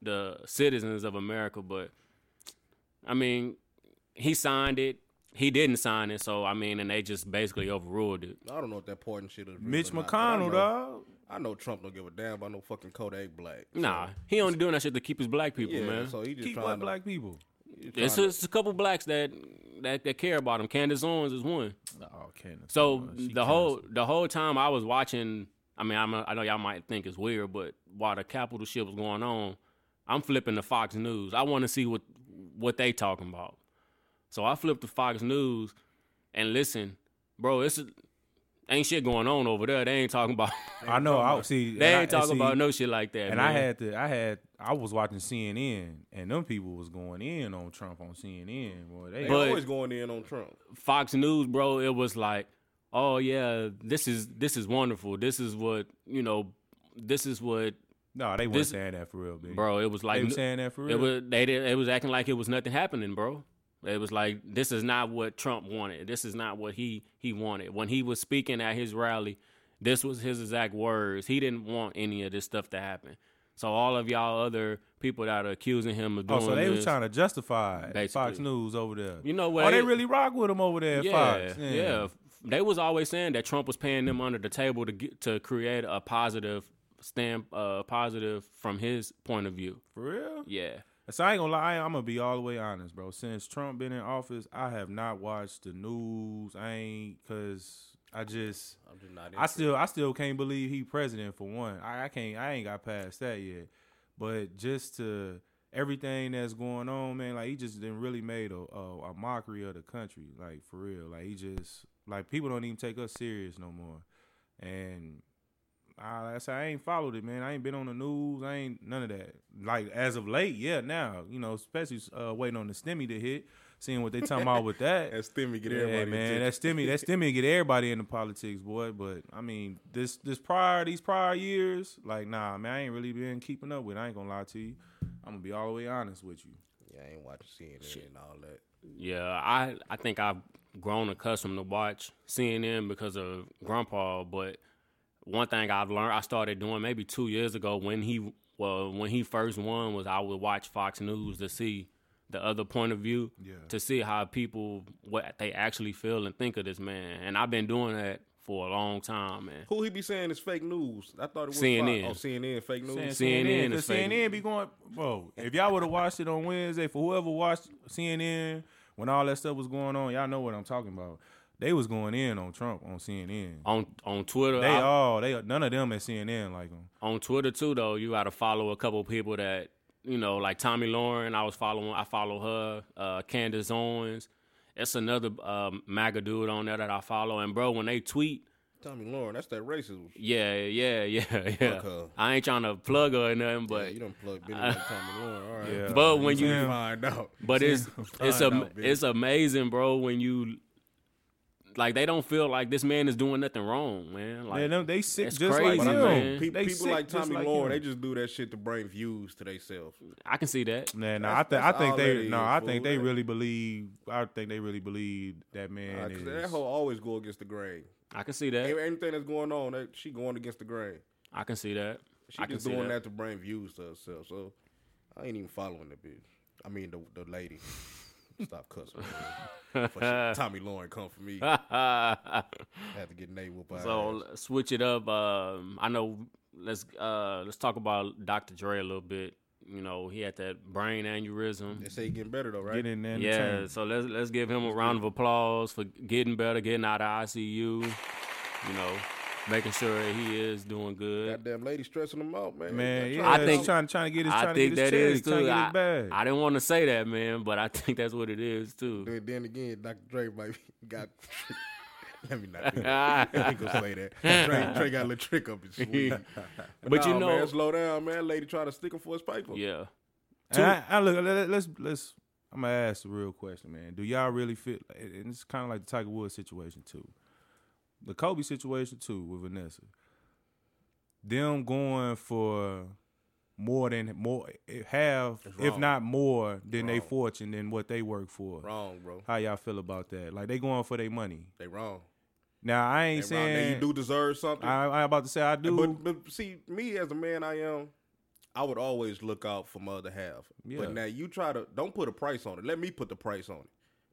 Speaker 1: the citizens of America, but I mean, he signed it. He didn't sign it, so I mean, and they just basically overruled it.
Speaker 2: I don't know if that pardon shit is real
Speaker 3: Mitch
Speaker 2: or not, but I
Speaker 3: McConnell,
Speaker 2: know-
Speaker 3: dog.
Speaker 2: I know Trump don't give a damn about no fucking Kodak Black. So,
Speaker 1: Nah, he only doing that shit to keep his black people,
Speaker 2: yeah,
Speaker 1: man.
Speaker 2: so he just
Speaker 3: Keep
Speaker 2: trying
Speaker 3: what
Speaker 2: to,
Speaker 3: black people.
Speaker 2: he trying
Speaker 1: it's,
Speaker 2: to-
Speaker 1: it's a couple blacks that, that that care about him. Candace Owens is one.
Speaker 3: Oh, Candace.
Speaker 1: So
Speaker 3: She
Speaker 1: the whole the whole time I was watching, I mean, I'm a, I know y'all might think it's weird, but while the Capitol shit was going on, I'm flipping to Fox News. I want to see what what they talking about. So I flipped to Fox News and listen, bro, it's ain't shit going on over there. They ain't talking about
Speaker 3: I know. I see.
Speaker 1: they
Speaker 3: and I-
Speaker 1: ain't talking
Speaker 3: see,
Speaker 1: about no shit like that.
Speaker 3: And
Speaker 1: man.
Speaker 3: I had to. I had. I was watching CNN, and them people was going in on Trump on CNN. Boy, they.
Speaker 2: they
Speaker 1: But-
Speaker 2: always going in on Trump.
Speaker 1: Fox News, bro, it was like, oh yeah, this is this is wonderful. This is what you know. This is what,
Speaker 3: no, they weren't
Speaker 1: this-
Speaker 3: saying that for real, big.
Speaker 1: bro. It was like
Speaker 3: they were saying that for real.
Speaker 1: it was they did, it was acting like it was nothing happening, bro. It was like this is not what Trump wanted. This is not what he he wanted when he was speaking at his rally. This was his exact words. He didn't want any of this stuff to happen. So all of y'all other people that are accusing him of
Speaker 3: Oh,
Speaker 1: doing
Speaker 3: so they
Speaker 1: this,
Speaker 3: was trying to justify Fox
Speaker 1: Basically.
Speaker 3: News over there.
Speaker 1: You know what,
Speaker 3: Oh, they
Speaker 1: it-
Speaker 3: really rock with him over there at
Speaker 1: yeah,
Speaker 3: Fox.
Speaker 1: Yeah. They was always saying that Trump was paying them under the table to get to create a positive stamp, uh, positive from his point of view.
Speaker 3: For real?
Speaker 1: Yeah,
Speaker 3: So I ain't gonna lie, I'm gonna be all the way honest, bro. Since Trump been in office, I have not watched the news. I ain't cause I just
Speaker 2: I'm just not.
Speaker 3: I still I still can't believe he president for one. I, I can't I ain't got past that yet. But just to everything that's going on, man, like he just didn't really made a, a, a mockery of the country, like for real. Like he just like people don't even take us serious no more. And I, like I said, I ain't followed it, man. I ain't been on the news. I ain't none of that. Like as of late, yeah. Now you know, especially uh, waiting on the stimmy to hit, seeing what they talking about with that
Speaker 2: That stimmy get
Speaker 3: yeah,
Speaker 2: everybody.
Speaker 3: man,
Speaker 2: attention.
Speaker 3: that stimmy, that stimmy get everybody into politics, boy. But I mean, this this prior these prior years, like nah, man, I ain't really been keeping up with. it. I ain't gonna lie to you. I'm gonna be all the way honest with you.
Speaker 2: Yeah, I ain't watching CNN and all that.
Speaker 1: yeah. I I think I've grown accustomed to watch CNN because of Grandpa. But one thing I've learned, I started doing maybe two years ago when he well when he first won was I would watch Fox News to see the other point of view.
Speaker 3: Yeah.
Speaker 1: to see how people what they actually feel and think of this man. And I've been doing that for a long time, man.
Speaker 2: Who he be saying is fake news? I thought it was
Speaker 1: CNN.
Speaker 2: Fox. Oh, CNN fake
Speaker 3: Saying
Speaker 2: news.
Speaker 1: CNN
Speaker 3: CNN,
Speaker 1: is
Speaker 3: 'cause
Speaker 1: fake.
Speaker 3: CNN be going, bro. If y'all would have watched it on Wednesday, for whoever watched CNN when all that stuff was going on, y'all know what I'm talking about. They was going in on Trump on CNN.
Speaker 1: On on Twitter,
Speaker 3: They
Speaker 1: I-
Speaker 3: all they none of them at CNN like him.
Speaker 1: on Twitter too though, you gotta follow a couple people that you know, like Tommy Lauren. I was following. I follow her. Uh, Candace Owens. That's another um, MAGA dude on there that I follow. And bro, when they tweet,
Speaker 2: Tommy Lauren, that's that racist.
Speaker 1: yeah, yeah, yeah, yeah.
Speaker 2: her.
Speaker 1: I ain't trying to plug her or nothing,
Speaker 2: But
Speaker 1: but
Speaker 2: you don't plug Billy like Tommy Lauren. All right.
Speaker 3: Yeah.
Speaker 1: but when
Speaker 3: You
Speaker 1: you
Speaker 3: saying?
Speaker 2: find out.
Speaker 1: But it's it's
Speaker 2: Find
Speaker 1: am
Speaker 2: out, bitch.
Speaker 1: it's amazing, bro. When you like they don't feel like this man is doing nothing wrong, man. Like
Speaker 3: Man, them- they sick
Speaker 1: that's
Speaker 3: just like
Speaker 1: crazy,
Speaker 3: him.
Speaker 1: man.
Speaker 2: Pe-
Speaker 3: They
Speaker 2: people
Speaker 3: sick
Speaker 2: like
Speaker 3: just
Speaker 2: Tommy
Speaker 3: like
Speaker 2: Lauren,
Speaker 3: him.
Speaker 2: they just do that shit to bring views to themselves.
Speaker 1: I can see that.
Speaker 3: Nah, nah, I
Speaker 2: That's-
Speaker 3: think I
Speaker 2: that's eh?
Speaker 3: think
Speaker 2: all that
Speaker 3: they
Speaker 2: is,
Speaker 3: no, I
Speaker 2: fool.
Speaker 3: think they
Speaker 2: That-
Speaker 3: really believe. I think they really believe that man
Speaker 2: Uh, 'cause
Speaker 3: is.
Speaker 2: that hoe always go against the grain.
Speaker 1: I can see that.
Speaker 2: Every- Anything that's going on, that, she going against the grain.
Speaker 1: I can see that.
Speaker 2: She
Speaker 1: I can
Speaker 2: just
Speaker 1: see
Speaker 2: doing
Speaker 1: that.
Speaker 2: that. to bring views to herself. So I ain't even following the bitch. I mean the the lady. Stop cussing. man. For shit, Tommy Lauren come for me. I had to get Nate whoop out.
Speaker 1: so l- switch it up. Um, I know. Let's uh, let's talk about Dr. Dre a little bit. You know, he had that brain aneurysm.
Speaker 2: they say he getting better though, right?
Speaker 3: Get in there, and
Speaker 1: Yeah,
Speaker 3: entertain.
Speaker 1: so let's let's give him a round of applause for getting better, getting out of ICU. You know, making sure that he is doing good.
Speaker 2: Goddamn lady stressing him out, man.
Speaker 3: man.
Speaker 2: That's
Speaker 3: Yeah,
Speaker 2: right.
Speaker 1: I think-
Speaker 3: trying, trying to get his,
Speaker 1: I
Speaker 3: trying to
Speaker 1: think
Speaker 3: get his
Speaker 1: that
Speaker 3: check,
Speaker 1: is
Speaker 3: trying
Speaker 1: too.
Speaker 3: to get
Speaker 1: I,
Speaker 3: his bag.
Speaker 1: I didn't want to say that, man, but I think that's what it is too.
Speaker 2: Then, then again, Dr. Dre might be got. Let me not. Do that. I ain't gonna say that. Dre, Dre got a little trick up his sleeve.
Speaker 1: But you
Speaker 2: nah,
Speaker 1: know-
Speaker 2: man, slow down, man. Lady trying to stick him for his paper.
Speaker 1: Yeah,
Speaker 3: And I, I look. Let, us let's. I'm gonna ask the real question, man. Do y'all really feel? And it's kind of like the Tiger Woods situation too, the Kobe situation too with Vanessa. Them going for more than more have, if
Speaker 2: wrong.
Speaker 3: not more than they
Speaker 2: Wrong.
Speaker 3: fortune than what they work for.
Speaker 2: Wrong, bro.
Speaker 3: How y'all feel about that? Like they going for their money.
Speaker 2: They wrong.
Speaker 3: Now I ain't
Speaker 2: They wrong. Now,
Speaker 3: saying
Speaker 2: you do deserve something.
Speaker 3: I, I about to say I do.
Speaker 2: But, but see, me as a man, I am. I would always look out for my other half.
Speaker 3: Yeah.
Speaker 2: But now you try to don't put a price on it. Let me put the price on it.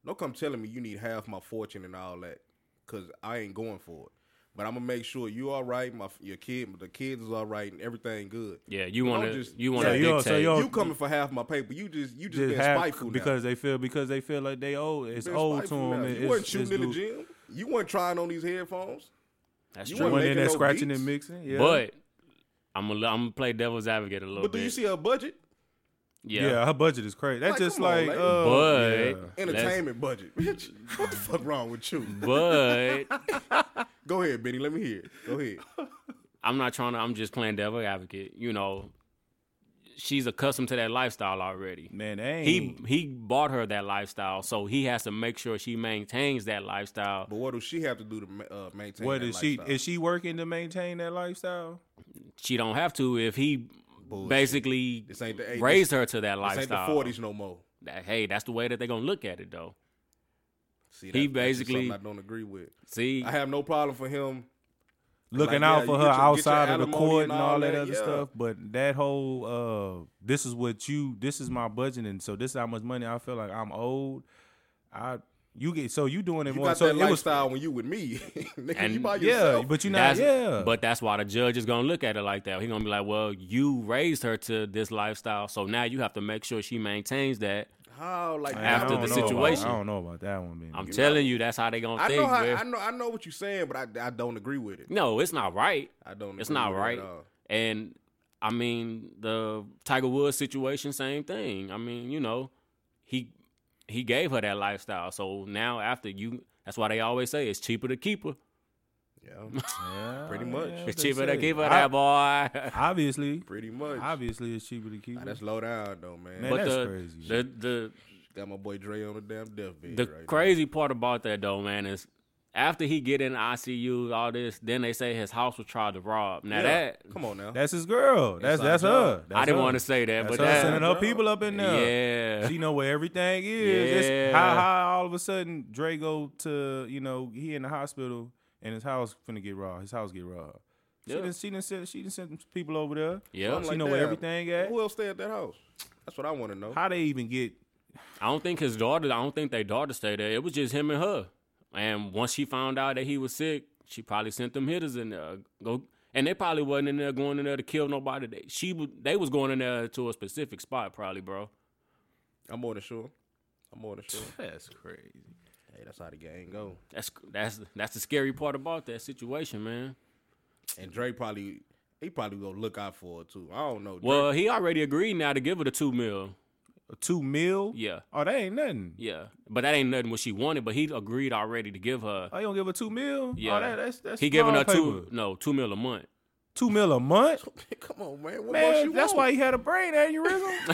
Speaker 2: Don't come telling me you need half my fortune and all that, cause I ain't going for it. But I'm gonna make sure you all right, my your kid, the kids is all right, and everything good.
Speaker 1: yeah. You
Speaker 2: Don't
Speaker 1: want to
Speaker 2: just-
Speaker 1: you want to
Speaker 3: Yeah, yo, so
Speaker 1: dictate.
Speaker 3: yo-
Speaker 2: You coming for half my paper? You just you just,
Speaker 3: just
Speaker 2: been
Speaker 3: have-
Speaker 2: spiteful now.
Speaker 3: because they feel because they feel like they owe it's
Speaker 2: Been
Speaker 3: owed to
Speaker 2: spiteful
Speaker 3: them.
Speaker 2: now. You
Speaker 3: and it's-
Speaker 2: wasn't
Speaker 3: it's
Speaker 2: shooting in the
Speaker 3: due.
Speaker 2: gym. You wasn't trying on these headphones.
Speaker 1: That's
Speaker 2: you
Speaker 1: true.
Speaker 2: wasn't
Speaker 3: One in
Speaker 2: making
Speaker 3: there
Speaker 2: no
Speaker 3: scratching and
Speaker 2: beats.
Speaker 3: mixing. Yeah.
Speaker 1: But I'm gonna I'm gonna play devil's advocate a little
Speaker 2: But
Speaker 1: bit.
Speaker 2: do you see a budget?
Speaker 1: yeah.
Speaker 3: yeah. her budget is crazy. That's
Speaker 2: Like,
Speaker 3: just
Speaker 2: come on,
Speaker 3: like
Speaker 2: lady.
Speaker 3: uh,
Speaker 1: But-
Speaker 3: yeah.
Speaker 2: Entertainment budget, bitch. What the fuck wrong with you?
Speaker 1: But
Speaker 2: Go ahead, Benny. Let me hear. it. Go ahead.
Speaker 1: I'm not trying to. I'm just playing devil advocate. You know, she's accustomed to that lifestyle already.
Speaker 3: man, they ain't.
Speaker 1: He he bought her that lifestyle, so he has to make sure she maintains that lifestyle.
Speaker 2: But what does she have to do to ma- uh, maintain?
Speaker 3: what
Speaker 2: that
Speaker 3: is she?
Speaker 2: lifestyle?
Speaker 3: Is she working to maintain that lifestyle?
Speaker 1: She don't have to if he
Speaker 2: Bullshit.
Speaker 1: basically
Speaker 2: This ain't the 80s.
Speaker 1: raised her to that
Speaker 2: This ain't the
Speaker 1: lifestyle.
Speaker 2: forties no more.
Speaker 1: That- hey, that's the way that they're gonna look at it though.
Speaker 2: See,
Speaker 1: He
Speaker 2: that's just something
Speaker 1: basically-
Speaker 2: I don't agree with.
Speaker 1: See,
Speaker 2: I have no problem for him.
Speaker 3: Looking
Speaker 2: Like,
Speaker 3: out
Speaker 2: yeah,
Speaker 3: for
Speaker 2: you
Speaker 3: her
Speaker 2: get your- get your
Speaker 3: outside of the
Speaker 2: alimony
Speaker 3: court
Speaker 2: and
Speaker 3: and all
Speaker 2: all
Speaker 3: that,
Speaker 2: that,
Speaker 3: other
Speaker 2: yeah.
Speaker 3: stuff, but that whole uh, this is what you, this is my budget, and so this is how much money I feel like I'm owed. I you get so you doing it
Speaker 2: You
Speaker 3: more.
Speaker 2: got
Speaker 3: so
Speaker 2: that
Speaker 3: it was
Speaker 2: lifestyle when you with me, nigga. you
Speaker 1: And-
Speaker 2: by
Speaker 1: Yeah,
Speaker 2: yourself.
Speaker 3: yeah, but you not
Speaker 1: that's,
Speaker 3: yeah.
Speaker 1: but that's why the judge is gonna look at it like that. He's gonna be like, "Well, you raised her to this lifestyle, so now you have to make sure she maintains that."
Speaker 2: how like
Speaker 3: Man, I
Speaker 1: after
Speaker 3: don't
Speaker 1: the
Speaker 3: know about-
Speaker 1: situation.
Speaker 3: I don't know about that one, man.
Speaker 1: I'm telling you, that's how they gonna
Speaker 2: I
Speaker 1: think.
Speaker 2: know, how,
Speaker 1: bruh.
Speaker 2: I know, I know what you're saying, but I, I don't agree with it.
Speaker 1: no, it's not right.
Speaker 2: I don't.
Speaker 1: It's
Speaker 2: agree
Speaker 1: not
Speaker 2: with it at
Speaker 1: right.
Speaker 2: all.
Speaker 1: And I mean, the Tiger Woods situation, same thing. I mean, you know, he he gave her that lifestyle. So now after you, that's why they always say it's cheaper to keep her.
Speaker 2: Yeah,
Speaker 3: Yeah,
Speaker 2: Pretty much.
Speaker 3: yeah,
Speaker 1: It's
Speaker 3: they
Speaker 1: cheaper to
Speaker 3: say.
Speaker 1: keep her
Speaker 3: I-
Speaker 1: that boy.
Speaker 3: Obviously,
Speaker 2: pretty much.
Speaker 3: obviously, it's cheaper to keep.
Speaker 2: Nah,
Speaker 3: it.
Speaker 2: that's low down though, man.
Speaker 3: Man,
Speaker 1: but
Speaker 3: that's
Speaker 1: the,
Speaker 3: crazy.
Speaker 1: the the
Speaker 2: got my boy Dre on the damn deathbed.
Speaker 1: the
Speaker 2: right now.
Speaker 1: crazy part about that though, man, is after he get in ICU, all this, then they say his house was tried to rob. Now
Speaker 2: Yeah.
Speaker 1: that
Speaker 2: Come on now.
Speaker 3: That's his girl. That's
Speaker 2: our
Speaker 3: that's
Speaker 2: job.
Speaker 3: her.
Speaker 1: I
Speaker 3: That's
Speaker 1: didn't
Speaker 3: her.
Speaker 1: want to say that,
Speaker 3: That's
Speaker 1: but
Speaker 3: her
Speaker 1: that
Speaker 3: sending her people up in there.
Speaker 1: yeah,
Speaker 3: She know where everything is. It's how
Speaker 1: Yeah.
Speaker 3: how all of a sudden Dre go to you know he in the hospital and his house finna get robbed. His house get robbed. She
Speaker 1: Yeah.
Speaker 3: done she done sent she done sent some people over there.
Speaker 1: Yeah.
Speaker 3: she
Speaker 1: Like
Speaker 3: know where
Speaker 2: damn,
Speaker 3: everything at.
Speaker 2: Who else stay at that house? That's what I want to know.
Speaker 3: How they even get?
Speaker 1: I don't think his daughter. I don't think their daughter stayed there. It was just him and her. And once she found out that he was sick, she probably sent them hitters in there. uh, Go and they probably wasn't in there going in there to kill nobody. They, she wa- they was going in there to a specific spot, probably, bro.
Speaker 2: I'm more than sure. I'm more than sure.
Speaker 3: That's crazy.
Speaker 2: hey, that's how the game go.
Speaker 1: That's that's that's the scary part about that situation, man.
Speaker 2: And Dre probably he probably gonna look out for it too. I don't know. Dre-
Speaker 1: Well, he already agreed now to give her the two mil.
Speaker 3: Two mil.
Speaker 1: Yeah,
Speaker 3: Oh, that ain't nothing.
Speaker 1: yeah, but that ain't nothing what she wanted. But he agreed already to give her.
Speaker 3: I Oh, don't give her two mil.
Speaker 1: Yeah,
Speaker 3: oh, that, that's that's
Speaker 1: he giving
Speaker 3: small
Speaker 1: her two
Speaker 3: paper.
Speaker 1: no two mil a month.
Speaker 3: Two mil a month?
Speaker 2: Come on, man. What more
Speaker 3: Man,
Speaker 2: you
Speaker 3: that's
Speaker 2: want?
Speaker 3: why he had a brain aneurysm.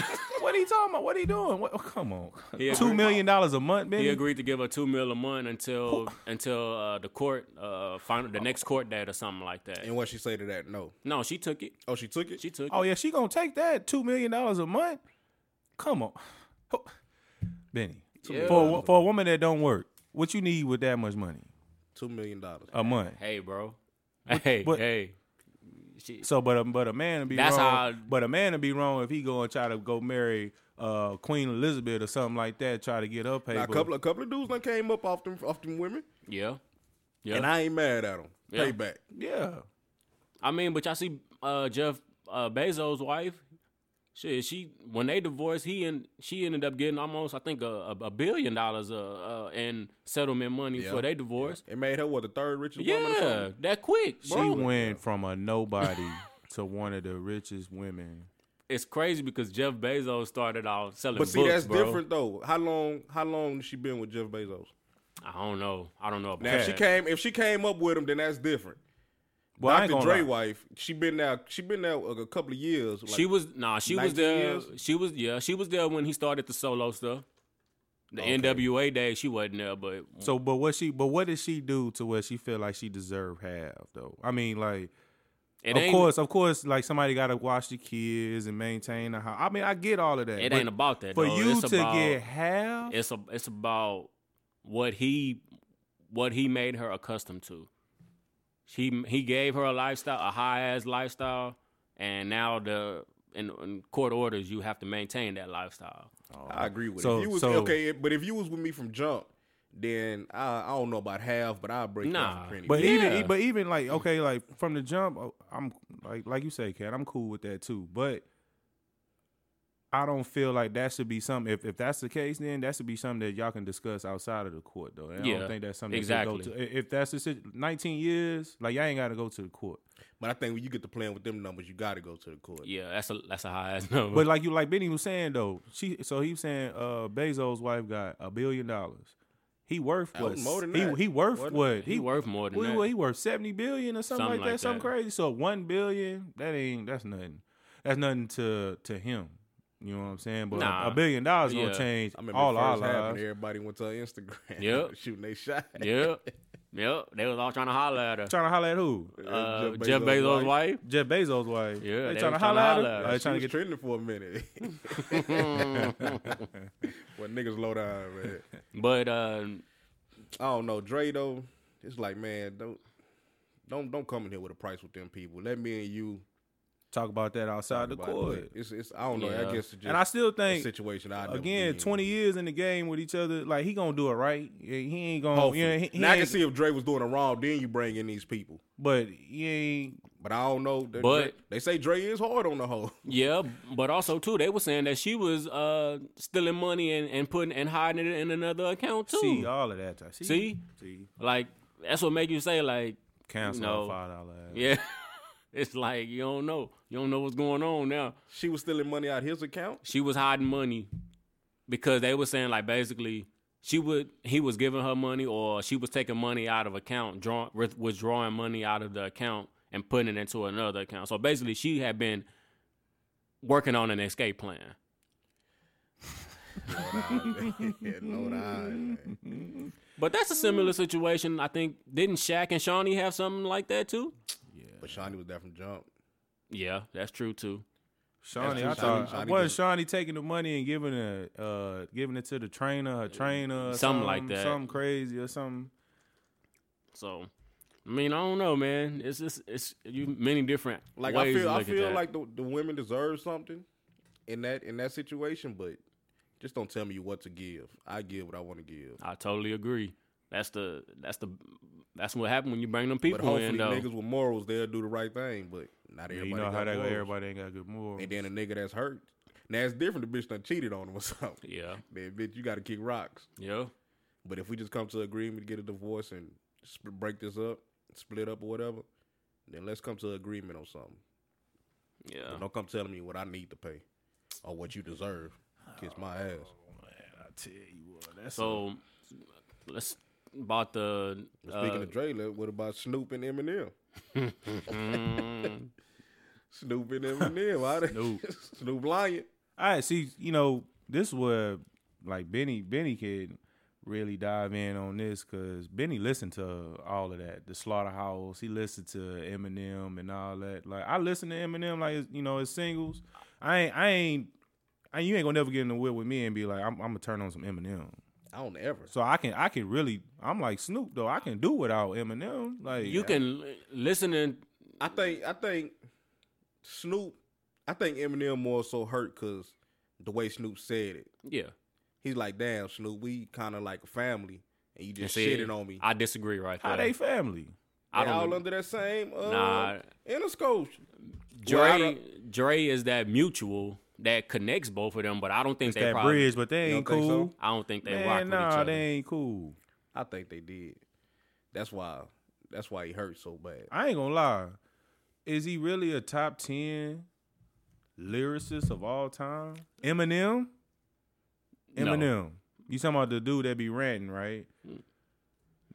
Speaker 3: what are you talking about? What are you doing? What, oh, come on.
Speaker 1: He
Speaker 3: Two
Speaker 1: agreed-
Speaker 3: million dollars a month,
Speaker 1: He
Speaker 3: man.
Speaker 1: agreed to give her two mil a month until until uh, the court uh, final the next court date or something like that.
Speaker 2: And what she say to that? No.
Speaker 1: No, she took it.
Speaker 2: Oh, she took it.
Speaker 1: She took
Speaker 3: Oh yeah, she gonna take that two million dollars a month? Come on, Oh, Benny.
Speaker 1: Yeah.
Speaker 3: For a wo- for a woman that don't work, what you need with that much money
Speaker 2: Two million dollars.
Speaker 3: a month?
Speaker 1: it. Hey, bro. hey,
Speaker 3: what-
Speaker 1: hey. She,
Speaker 3: So, but a, but a man would be
Speaker 1: That's
Speaker 3: wrong.
Speaker 1: how-
Speaker 3: But a man would be wrong if he go and try to go marry uh, Queen Elizabeth or something like that. Try to get her paper.
Speaker 2: Now, a couple, a couple of dudes done came up off them, off them women,
Speaker 1: yeah.
Speaker 2: and
Speaker 1: Yeah.
Speaker 2: I ain't mad at them.
Speaker 1: Yeah.
Speaker 2: Payback.
Speaker 3: yeah,
Speaker 1: I, mean, but y'all see uh, Jeff uh, Bezos' wife. Shit, she when they divorced, he and she ended up getting almost I think a, a, a billion dollars uh, uh, in settlement money
Speaker 2: Yeah.
Speaker 1: for their divorce.
Speaker 2: It made her what the third richest woman. or
Speaker 1: Yeah,
Speaker 2: something?
Speaker 1: that quick,
Speaker 3: she
Speaker 1: bro.
Speaker 3: went from a nobody to one of the richest women.
Speaker 1: it's crazy because Jeff Bezos started out selling
Speaker 2: But see,
Speaker 1: books,
Speaker 2: that's
Speaker 1: bro.
Speaker 2: different though. How long? How long she been with Jeff Bezos?
Speaker 1: I don't know. I don't know about
Speaker 2: Now, if she
Speaker 1: that.
Speaker 2: came, if she came up with him, then that's different.
Speaker 3: Well, I ain't
Speaker 2: Dr.
Speaker 3: gonna
Speaker 2: Dre
Speaker 3: lie.
Speaker 2: wife, she been there. She been there a couple of years. Like,
Speaker 1: she was nah. She was
Speaker 2: 19
Speaker 1: there.
Speaker 2: years?
Speaker 1: She was yeah. She was there when he started the solo stuff. The NWA day, she wasn't there, but
Speaker 3: So, but what she, but what did she do to where she feel like she deserved half though? I mean, like,
Speaker 1: it
Speaker 3: of
Speaker 1: ain't.
Speaker 3: course, of course, like somebody got to watch the kids and maintain the house. I mean, I get all of that.
Speaker 1: it
Speaker 3: but
Speaker 1: ain't about that.
Speaker 3: for
Speaker 1: though.
Speaker 3: you
Speaker 1: it's
Speaker 3: to
Speaker 1: about,
Speaker 3: get half.
Speaker 1: it's a, it's about what he what he made her accustomed to. He he gave her a lifestyle, a high ass lifestyle, and now the in, in court orders you have to maintain that lifestyle.
Speaker 2: Oh, I agree with
Speaker 3: So-
Speaker 2: it. If you was
Speaker 3: so-
Speaker 2: okay, but if you was with me from jump, then I, I don't know about half, but I'll break
Speaker 1: Nah.
Speaker 2: nah, off a penny.
Speaker 3: But
Speaker 1: Yeah.
Speaker 3: even but even like okay, like from the jump, oh, I'm like like you say, Cat, I'm cool with that too. But I don't feel like that should be something. If if that's the case, then that should be something that y'all can discuss outside of the court, though. And I
Speaker 1: Yeah,
Speaker 3: don't think that's something That should go
Speaker 1: exactly.
Speaker 3: to, i- if that's the sit- 19 years, like y'all ain't got to go to the court.
Speaker 2: but I think when you get to playing with them numbers, you got to go to the court.
Speaker 1: Yeah, that's a that's a high ass number.
Speaker 3: But like you like Benny was saying though, she so he was saying uh Bezos' wife got a billion dollars. He worth
Speaker 2: That
Speaker 3: what?
Speaker 2: was more than
Speaker 3: he,
Speaker 2: that.
Speaker 3: he worth
Speaker 2: Wasn't it?
Speaker 3: what?
Speaker 1: he, worth more than
Speaker 3: What,
Speaker 1: that.
Speaker 3: what, he worth seventy billion or something,
Speaker 1: Something
Speaker 3: like that,
Speaker 1: like
Speaker 3: something
Speaker 1: that.
Speaker 3: crazy. So one billion, that ain't that's nothing. That's nothing to to him. You know what I'm saying? But
Speaker 1: Nah.
Speaker 3: a billion dollars gonna
Speaker 1: Yeah.
Speaker 3: change
Speaker 2: I remember
Speaker 3: all
Speaker 2: it
Speaker 3: our
Speaker 2: first happened,
Speaker 3: lives.
Speaker 2: everybody went to her Instagram,
Speaker 1: Yep.
Speaker 2: shooting they shot.
Speaker 1: Yep. Yep. They was all trying to holler at her.
Speaker 3: Trying to holler at who?
Speaker 1: Uh, Jeff Bezos' wife.
Speaker 3: Jeff Bezos' wife.
Speaker 1: Yeah,
Speaker 3: they,
Speaker 1: they
Speaker 3: trying to
Speaker 1: was
Speaker 3: holler at her.
Speaker 2: trying
Speaker 3: They trying
Speaker 2: was
Speaker 3: to
Speaker 2: get
Speaker 3: get
Speaker 2: trending for a minute. well, niggas low down, man.
Speaker 1: But uh,
Speaker 2: I don't know, Dre though. It's like, man, don't don't don't come in here with a price with them people. Let me and you
Speaker 3: talk about that outside the
Speaker 2: But
Speaker 3: court.
Speaker 2: It's, it's I don't know.
Speaker 1: Yeah.
Speaker 2: I guess it's just
Speaker 3: And I still
Speaker 2: a
Speaker 3: think
Speaker 2: situation. I
Speaker 3: again, twenty years in the game with each other, like he gonna do it right. He ain't gonna.
Speaker 2: Hopefully.
Speaker 3: You know, he, he
Speaker 2: Oh, now I can
Speaker 3: ain't-
Speaker 2: see if Dre was doing it wrong. Then you bring in these people,
Speaker 3: but he ain't.
Speaker 2: but I don't know. That
Speaker 1: But-
Speaker 2: Dre- they say Dre is hard on the whole.
Speaker 1: yeah, but also too, they were saying that she was uh stealing money and, and putting and hiding it in another account too.
Speaker 3: See all of that. See,
Speaker 1: See?
Speaker 3: see,
Speaker 1: like that's what make you say like,
Speaker 3: cancel
Speaker 1: No.
Speaker 3: our five dollar. ad.
Speaker 1: yeah. it's like you don't know. You don't know what's going on now.
Speaker 2: She was stealing money out his account.
Speaker 1: She was hiding money because they were saying like basically she would he was giving her money or she was taking money out of account, drawing withdrawing money out of the account and putting it into another account. So basically, she had been working on an escape plan.
Speaker 2: Yeah, no, nah, man.
Speaker 1: But that's a
Speaker 2: Mm.
Speaker 1: similar situation. I think didn't Shaq and Shawnee have something like that too?
Speaker 2: but Shawnee was there from jump.
Speaker 1: Yeah, that's true too.
Speaker 3: Shawnee, I
Speaker 2: That's true.
Speaker 3: thought
Speaker 2: Shawnee
Speaker 3: wasn't Shawnee taking the money and giving it, uh, giving it to the trainer, her trainer, or
Speaker 1: Something like that.
Speaker 3: something crazy or something.
Speaker 1: So, I mean, I don't know, man. It's just it's you many different
Speaker 2: Like
Speaker 1: ways
Speaker 2: I feel,
Speaker 1: to
Speaker 2: I
Speaker 1: look at
Speaker 2: feel
Speaker 1: that.
Speaker 2: like the, the women deserve something in that in that situation, but. Just don't tell me what to give. I give what I want to give.
Speaker 1: I totally agree. That's the that's the that's what happened when you bring them people
Speaker 2: But hopefully,
Speaker 1: in though.
Speaker 2: niggas with morals, they'll do the right thing. But not everybody.
Speaker 3: you know how
Speaker 2: got
Speaker 3: that go.
Speaker 2: morals.
Speaker 3: Everybody ain't got good morals.
Speaker 2: And then a nigga that's hurt. Now it's different. The bitch done cheated on him or something.
Speaker 1: Yeah,
Speaker 2: Man, bitch, you got to kick rocks.
Speaker 1: yeah.
Speaker 2: But if we just come to agreement, get a divorce, and sp- break this up, split up or whatever, then let's come to agreement on something.
Speaker 1: Yeah.
Speaker 2: But don't come telling me what I need to pay or what you deserve. Kiss my ass.
Speaker 3: I tell you what, that's
Speaker 1: So let's bought the
Speaker 2: Speaking
Speaker 1: uh,
Speaker 2: of Dre, look, what about Snoop and Eminem?
Speaker 1: mm,
Speaker 2: Snoop and Eminem. Why they-
Speaker 1: Snoop.
Speaker 2: Snoop lying.
Speaker 3: All right, see, you know, this where like Benny Benny could really dive in on this because Benny listened to all of that, the Slaughterhouse. He listened to Eminem and all that. Like I listened to Eminem, like his- you know, his singles. I ain't, I ain't, I, you ain't gonna never get in the whip with me and be like, I'm, I'm gonna turn on some Eminem.
Speaker 2: I don't ever.
Speaker 3: So I can, I can really, I'm like Snoop though. I can do without Eminem. Like
Speaker 1: you can l- listen and
Speaker 2: I think I think Snoop. I think Eminem more so hurt because the way Snoop said it.
Speaker 1: yeah.
Speaker 2: He's like, "Damn, Snoop, we kind of like a family, and you
Speaker 1: And
Speaker 2: just
Speaker 1: see,
Speaker 2: shitting on me."
Speaker 1: I disagree right
Speaker 3: how
Speaker 1: there.
Speaker 3: they family.
Speaker 1: I
Speaker 2: they all
Speaker 1: don't.
Speaker 2: under that same uh,
Speaker 1: Nah.
Speaker 2: Interscope.
Speaker 1: Dre
Speaker 2: Well, I don't-
Speaker 1: Dre is that mutual that connects both of them, but I don't think they
Speaker 3: that
Speaker 1: probably.
Speaker 3: bridge, but they
Speaker 2: You
Speaker 3: ain't
Speaker 2: don't think so?
Speaker 3: cool.
Speaker 1: I don't think they rock
Speaker 3: Man,
Speaker 1: with
Speaker 3: nah,
Speaker 1: each other.
Speaker 3: they ain't cool.
Speaker 2: I think they did. That's why. That's why he hurt so bad.
Speaker 3: I ain't gonna lie. Is he really a top ten lyricist of all time? Eminem.
Speaker 1: No.
Speaker 3: Eminem. You talking about the dude that be ranting, right?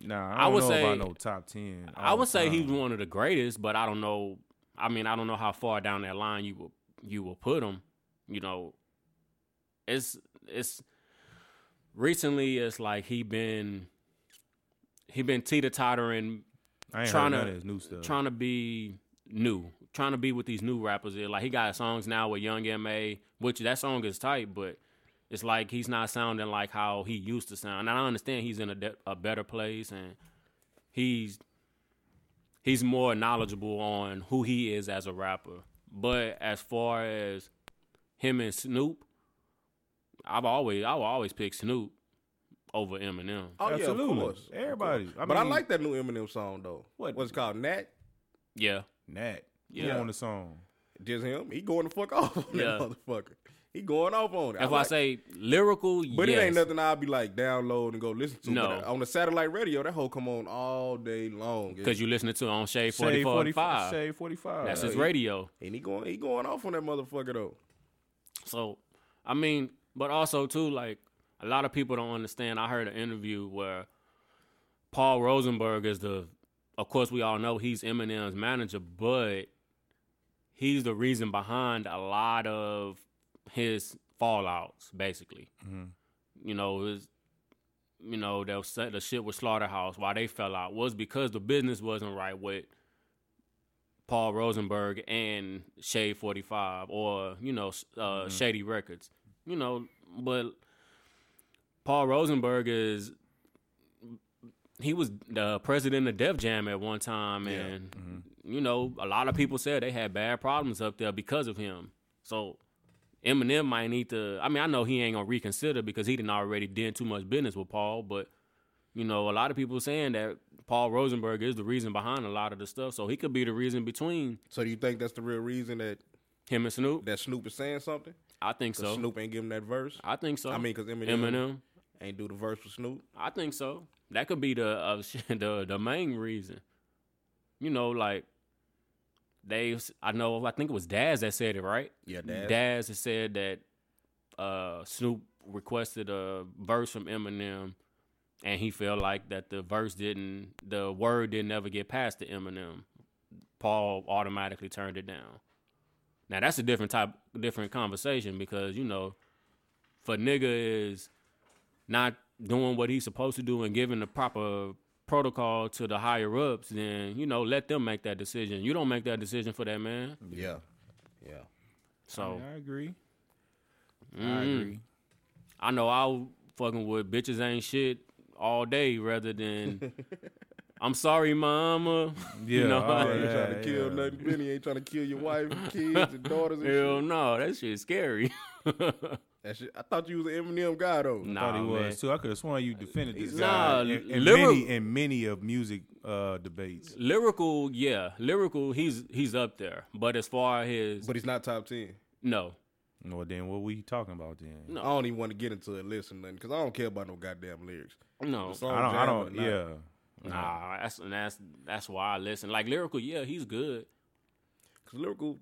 Speaker 3: Nah, I,
Speaker 1: I
Speaker 3: don't
Speaker 1: would
Speaker 3: know
Speaker 1: say-
Speaker 3: about no top ten.
Speaker 1: I
Speaker 3: all
Speaker 1: would say he's
Speaker 3: time.
Speaker 1: one of the greatest, but I don't know. I mean, I don't know how far down that line you will you will put him. You know, it's it's recently it's like he been he been teeter tottering,
Speaker 3: I ain't
Speaker 1: tryna-
Speaker 3: heard none of his new stuff.
Speaker 1: trying to be new, trying to be with these new rappers. Here. Like he got songs now with Young Ma, which that song is tight, but it's like he's not sounding like how he used to sound. And I understand he's in a, de- a better place and he's he's more knowledgeable on who he is as a rapper. But as far as him and Snoop, I've always I will always pick Snoop over Eminem.
Speaker 2: Oh yeah,
Speaker 3: Absolutely.
Speaker 2: of course. Of
Speaker 3: Everybody.
Speaker 2: course.
Speaker 3: I
Speaker 2: but I
Speaker 3: mean-
Speaker 2: like that new Eminem song though.
Speaker 3: What?
Speaker 2: What's it called? Nat.
Speaker 1: Yeah,
Speaker 3: Nat. Yeah.
Speaker 1: Yeah.
Speaker 3: on the song.
Speaker 2: Just him. He going the fuck off on
Speaker 1: Yeah.
Speaker 2: that motherfucker. He going off on it.
Speaker 1: if I,
Speaker 2: like-
Speaker 1: say lyrical,
Speaker 2: But
Speaker 1: yes.
Speaker 2: it ain't nothing I'll be like download and go listen to.
Speaker 1: No.
Speaker 2: But on the satellite radio, that whole come on all day long.
Speaker 1: Because you listening to it on Shade
Speaker 3: Shade
Speaker 1: 45.
Speaker 3: Shade forty five.
Speaker 1: That's his
Speaker 2: yeah.
Speaker 1: radio.
Speaker 2: and he going he going off on that motherfucker though.
Speaker 1: So, I mean, but also, too, like, a lot of people don't understand. I heard an interview where Paul Rosenberg is the, of course, we all know he's Eminem's manager, but he's the reason behind a lot of his fallouts, basically.
Speaker 3: mm-hmm.
Speaker 1: You know, his, you know, they'll say the shit with Slaughterhouse, why they fell out was because the business wasn't right with Paul Rosenberg and Shade 45 or, you know, s- uh, Shady Records. You know, but Paul Rosenberg is he was the president of Def Jam at one time
Speaker 2: Yeah.
Speaker 1: and you know, a lot of people said they had bad problems up there because of him. So Eminem might need to I mean, I know he ain't gonna reconsider because he didn't already did too much business with Paul, but you know, a lot of people saying that Paul Rosenberg is the reason behind a lot of the stuff. So he could be the reason between
Speaker 2: So do you think that's the real reason that
Speaker 1: him and Snoop.
Speaker 2: that Snoop is saying something?
Speaker 1: I think
Speaker 2: 'Cause
Speaker 1: so.
Speaker 2: Snoop ain't giving that verse.
Speaker 1: I think so.
Speaker 2: I mean, 'cause Eminem-
Speaker 1: Eminem.
Speaker 2: Ain't do the verse for Snoop.
Speaker 1: I think so. That could be the uh, the the main reason. You know, like they. I know. I think it was Daz that said it, right?
Speaker 2: Yeah, Daz.
Speaker 1: Daz has said that uh, Snoop requested a verse from Eminem, and he felt like that the verse didn't, the word didn't ever get past to Eminem. Paul automatically turned it down. Now that's a different type, different conversation because you know, for nigga is not doing what he's supposed to do and giving the proper protocol to the higher ups, then you know, let them make that decision. You don't make that decision for that man.
Speaker 2: Yeah. Yeah.
Speaker 1: So mm. mm-hmm.
Speaker 3: I agree. I agree.
Speaker 1: I know I'll fucking with bitches ain't shit all day rather than I'm sorry, mama.
Speaker 3: Yeah,
Speaker 1: you know,
Speaker 3: all
Speaker 2: He ain't
Speaker 3: Yeah,
Speaker 2: trying to kill
Speaker 3: yeah.
Speaker 2: nothing. Benny ain't trying to kill your wife, and kids, and daughters and
Speaker 1: hell
Speaker 2: shit.
Speaker 1: no, that shit's scary.
Speaker 2: That shit. I thought you was an Eminem guy though.
Speaker 1: nah,
Speaker 3: thought he was
Speaker 1: man.
Speaker 3: too. I could have sworn you defended this
Speaker 1: Nah,
Speaker 3: guy in, in
Speaker 1: lyric-
Speaker 3: many in many of music uh, debates.
Speaker 1: Lyrical, yeah, lyrical. He's he's up there, but as far as his,
Speaker 2: But he's not top ten.
Speaker 1: no,
Speaker 3: Well, then what we talking about then?
Speaker 1: No.
Speaker 2: I don't even want to get into it, listen, nothing, because I don't care about no goddamn lyrics.
Speaker 1: no,
Speaker 2: So-
Speaker 3: I don't. I
Speaker 2: Jam
Speaker 3: don't.
Speaker 2: or Oh, not.
Speaker 3: Yeah.
Speaker 1: nah. That's and that's that's why I listen. Like lyrical, yeah, he's good.
Speaker 2: Because lyrical,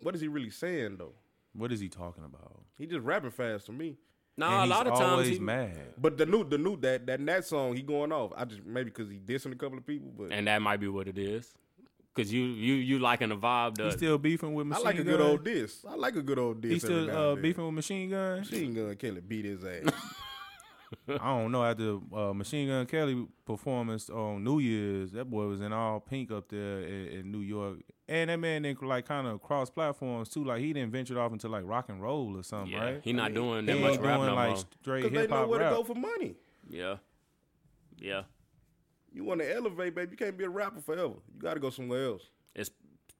Speaker 2: what is he really saying though?
Speaker 3: What is he talking about?
Speaker 2: He just rapping fast to me.
Speaker 1: Nah,
Speaker 3: And
Speaker 1: a lot
Speaker 3: he's
Speaker 1: of times
Speaker 3: always
Speaker 1: he,
Speaker 3: mad.
Speaker 2: But the new, the new that that Nat song, he going off. I just maybe because he dissing a couple of people, but
Speaker 1: and that might be what it is. Cause you you you liking the vibe.
Speaker 3: He
Speaker 1: The,
Speaker 3: still beefing with
Speaker 2: I
Speaker 3: Machine Gun.
Speaker 2: like a good old diss. I like a good old diss.
Speaker 3: He
Speaker 2: every
Speaker 3: still
Speaker 2: now
Speaker 3: uh,
Speaker 2: and then.
Speaker 3: beefing with Machine Gun.
Speaker 2: Machine Gun Kelly beat his ass.
Speaker 3: I don't know. After uh, Machine Gun Kelly performance on New Year's, that boy was in all pink up there in, in New York, and that man then like kind of cross platforms too. Like he didn't venture off into like rock and roll or something,
Speaker 1: yeah,
Speaker 3: right?
Speaker 1: he not doing that
Speaker 3: He
Speaker 1: much
Speaker 3: ain't
Speaker 1: rap
Speaker 3: doing
Speaker 1: no
Speaker 3: like
Speaker 1: more.
Speaker 3: straight
Speaker 2: Because they
Speaker 3: hip
Speaker 2: know
Speaker 3: hop
Speaker 2: where to
Speaker 3: rap.
Speaker 2: go for money.
Speaker 1: Yeah, yeah.
Speaker 2: You want to elevate, baby. You can't be a rapper forever. You got to go somewhere else.
Speaker 1: Es-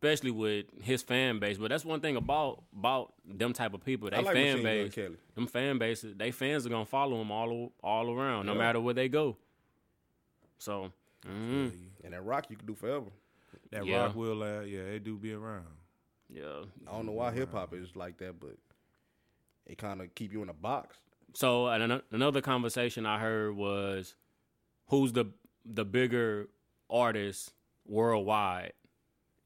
Speaker 1: Especially with his fan base. But that's one thing about about them type of people. They
Speaker 2: I like
Speaker 1: fan
Speaker 2: Machine Gun
Speaker 1: base.
Speaker 2: Kelly.
Speaker 1: Them fan bases. They fans are gonna follow him all o- all around, no
Speaker 2: Yeah.
Speaker 1: matter where they go. So. mhm.
Speaker 2: And that rock you can do forever.
Speaker 3: that
Speaker 1: Yeah.
Speaker 3: rock will, uh, yeah, they do be around.
Speaker 1: Yeah.
Speaker 2: I don't know why hip hop is like that, but it kind of keep you in a box.
Speaker 1: So and ano- another conversation I heard was, who's the the bigger artist worldwide?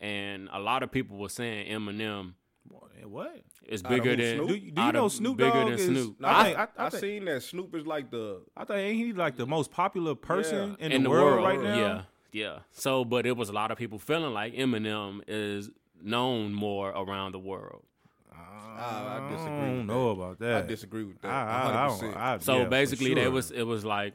Speaker 1: And a lot of people were saying Eminem
Speaker 3: What?
Speaker 1: is
Speaker 2: Out of
Speaker 1: bigger
Speaker 2: who,
Speaker 1: than
Speaker 2: Snoop?
Speaker 3: Do you, do you
Speaker 1: out
Speaker 3: know
Speaker 1: of-
Speaker 3: Snoop
Speaker 1: bigger
Speaker 3: Dogg
Speaker 1: than
Speaker 3: is?
Speaker 1: Snoop.
Speaker 2: Now, I,
Speaker 3: I,
Speaker 2: think- I,
Speaker 3: I, I, think,
Speaker 2: seen that Snoop is like the
Speaker 3: I think ain't he like the most popular person
Speaker 2: Yeah.
Speaker 3: in, the, world, right now.
Speaker 1: Yeah, yeah. So, but it was a lot of people feeling like Eminem is known more around the world.
Speaker 2: Ah, I- I disagree
Speaker 3: I
Speaker 2: with
Speaker 3: don't know about that.
Speaker 2: I disagree with
Speaker 3: I,
Speaker 2: that.
Speaker 3: I, I don't-
Speaker 2: 100%.
Speaker 3: I-
Speaker 1: So
Speaker 3: yeah, for
Speaker 1: basically, they
Speaker 3: sure.
Speaker 1: was it was like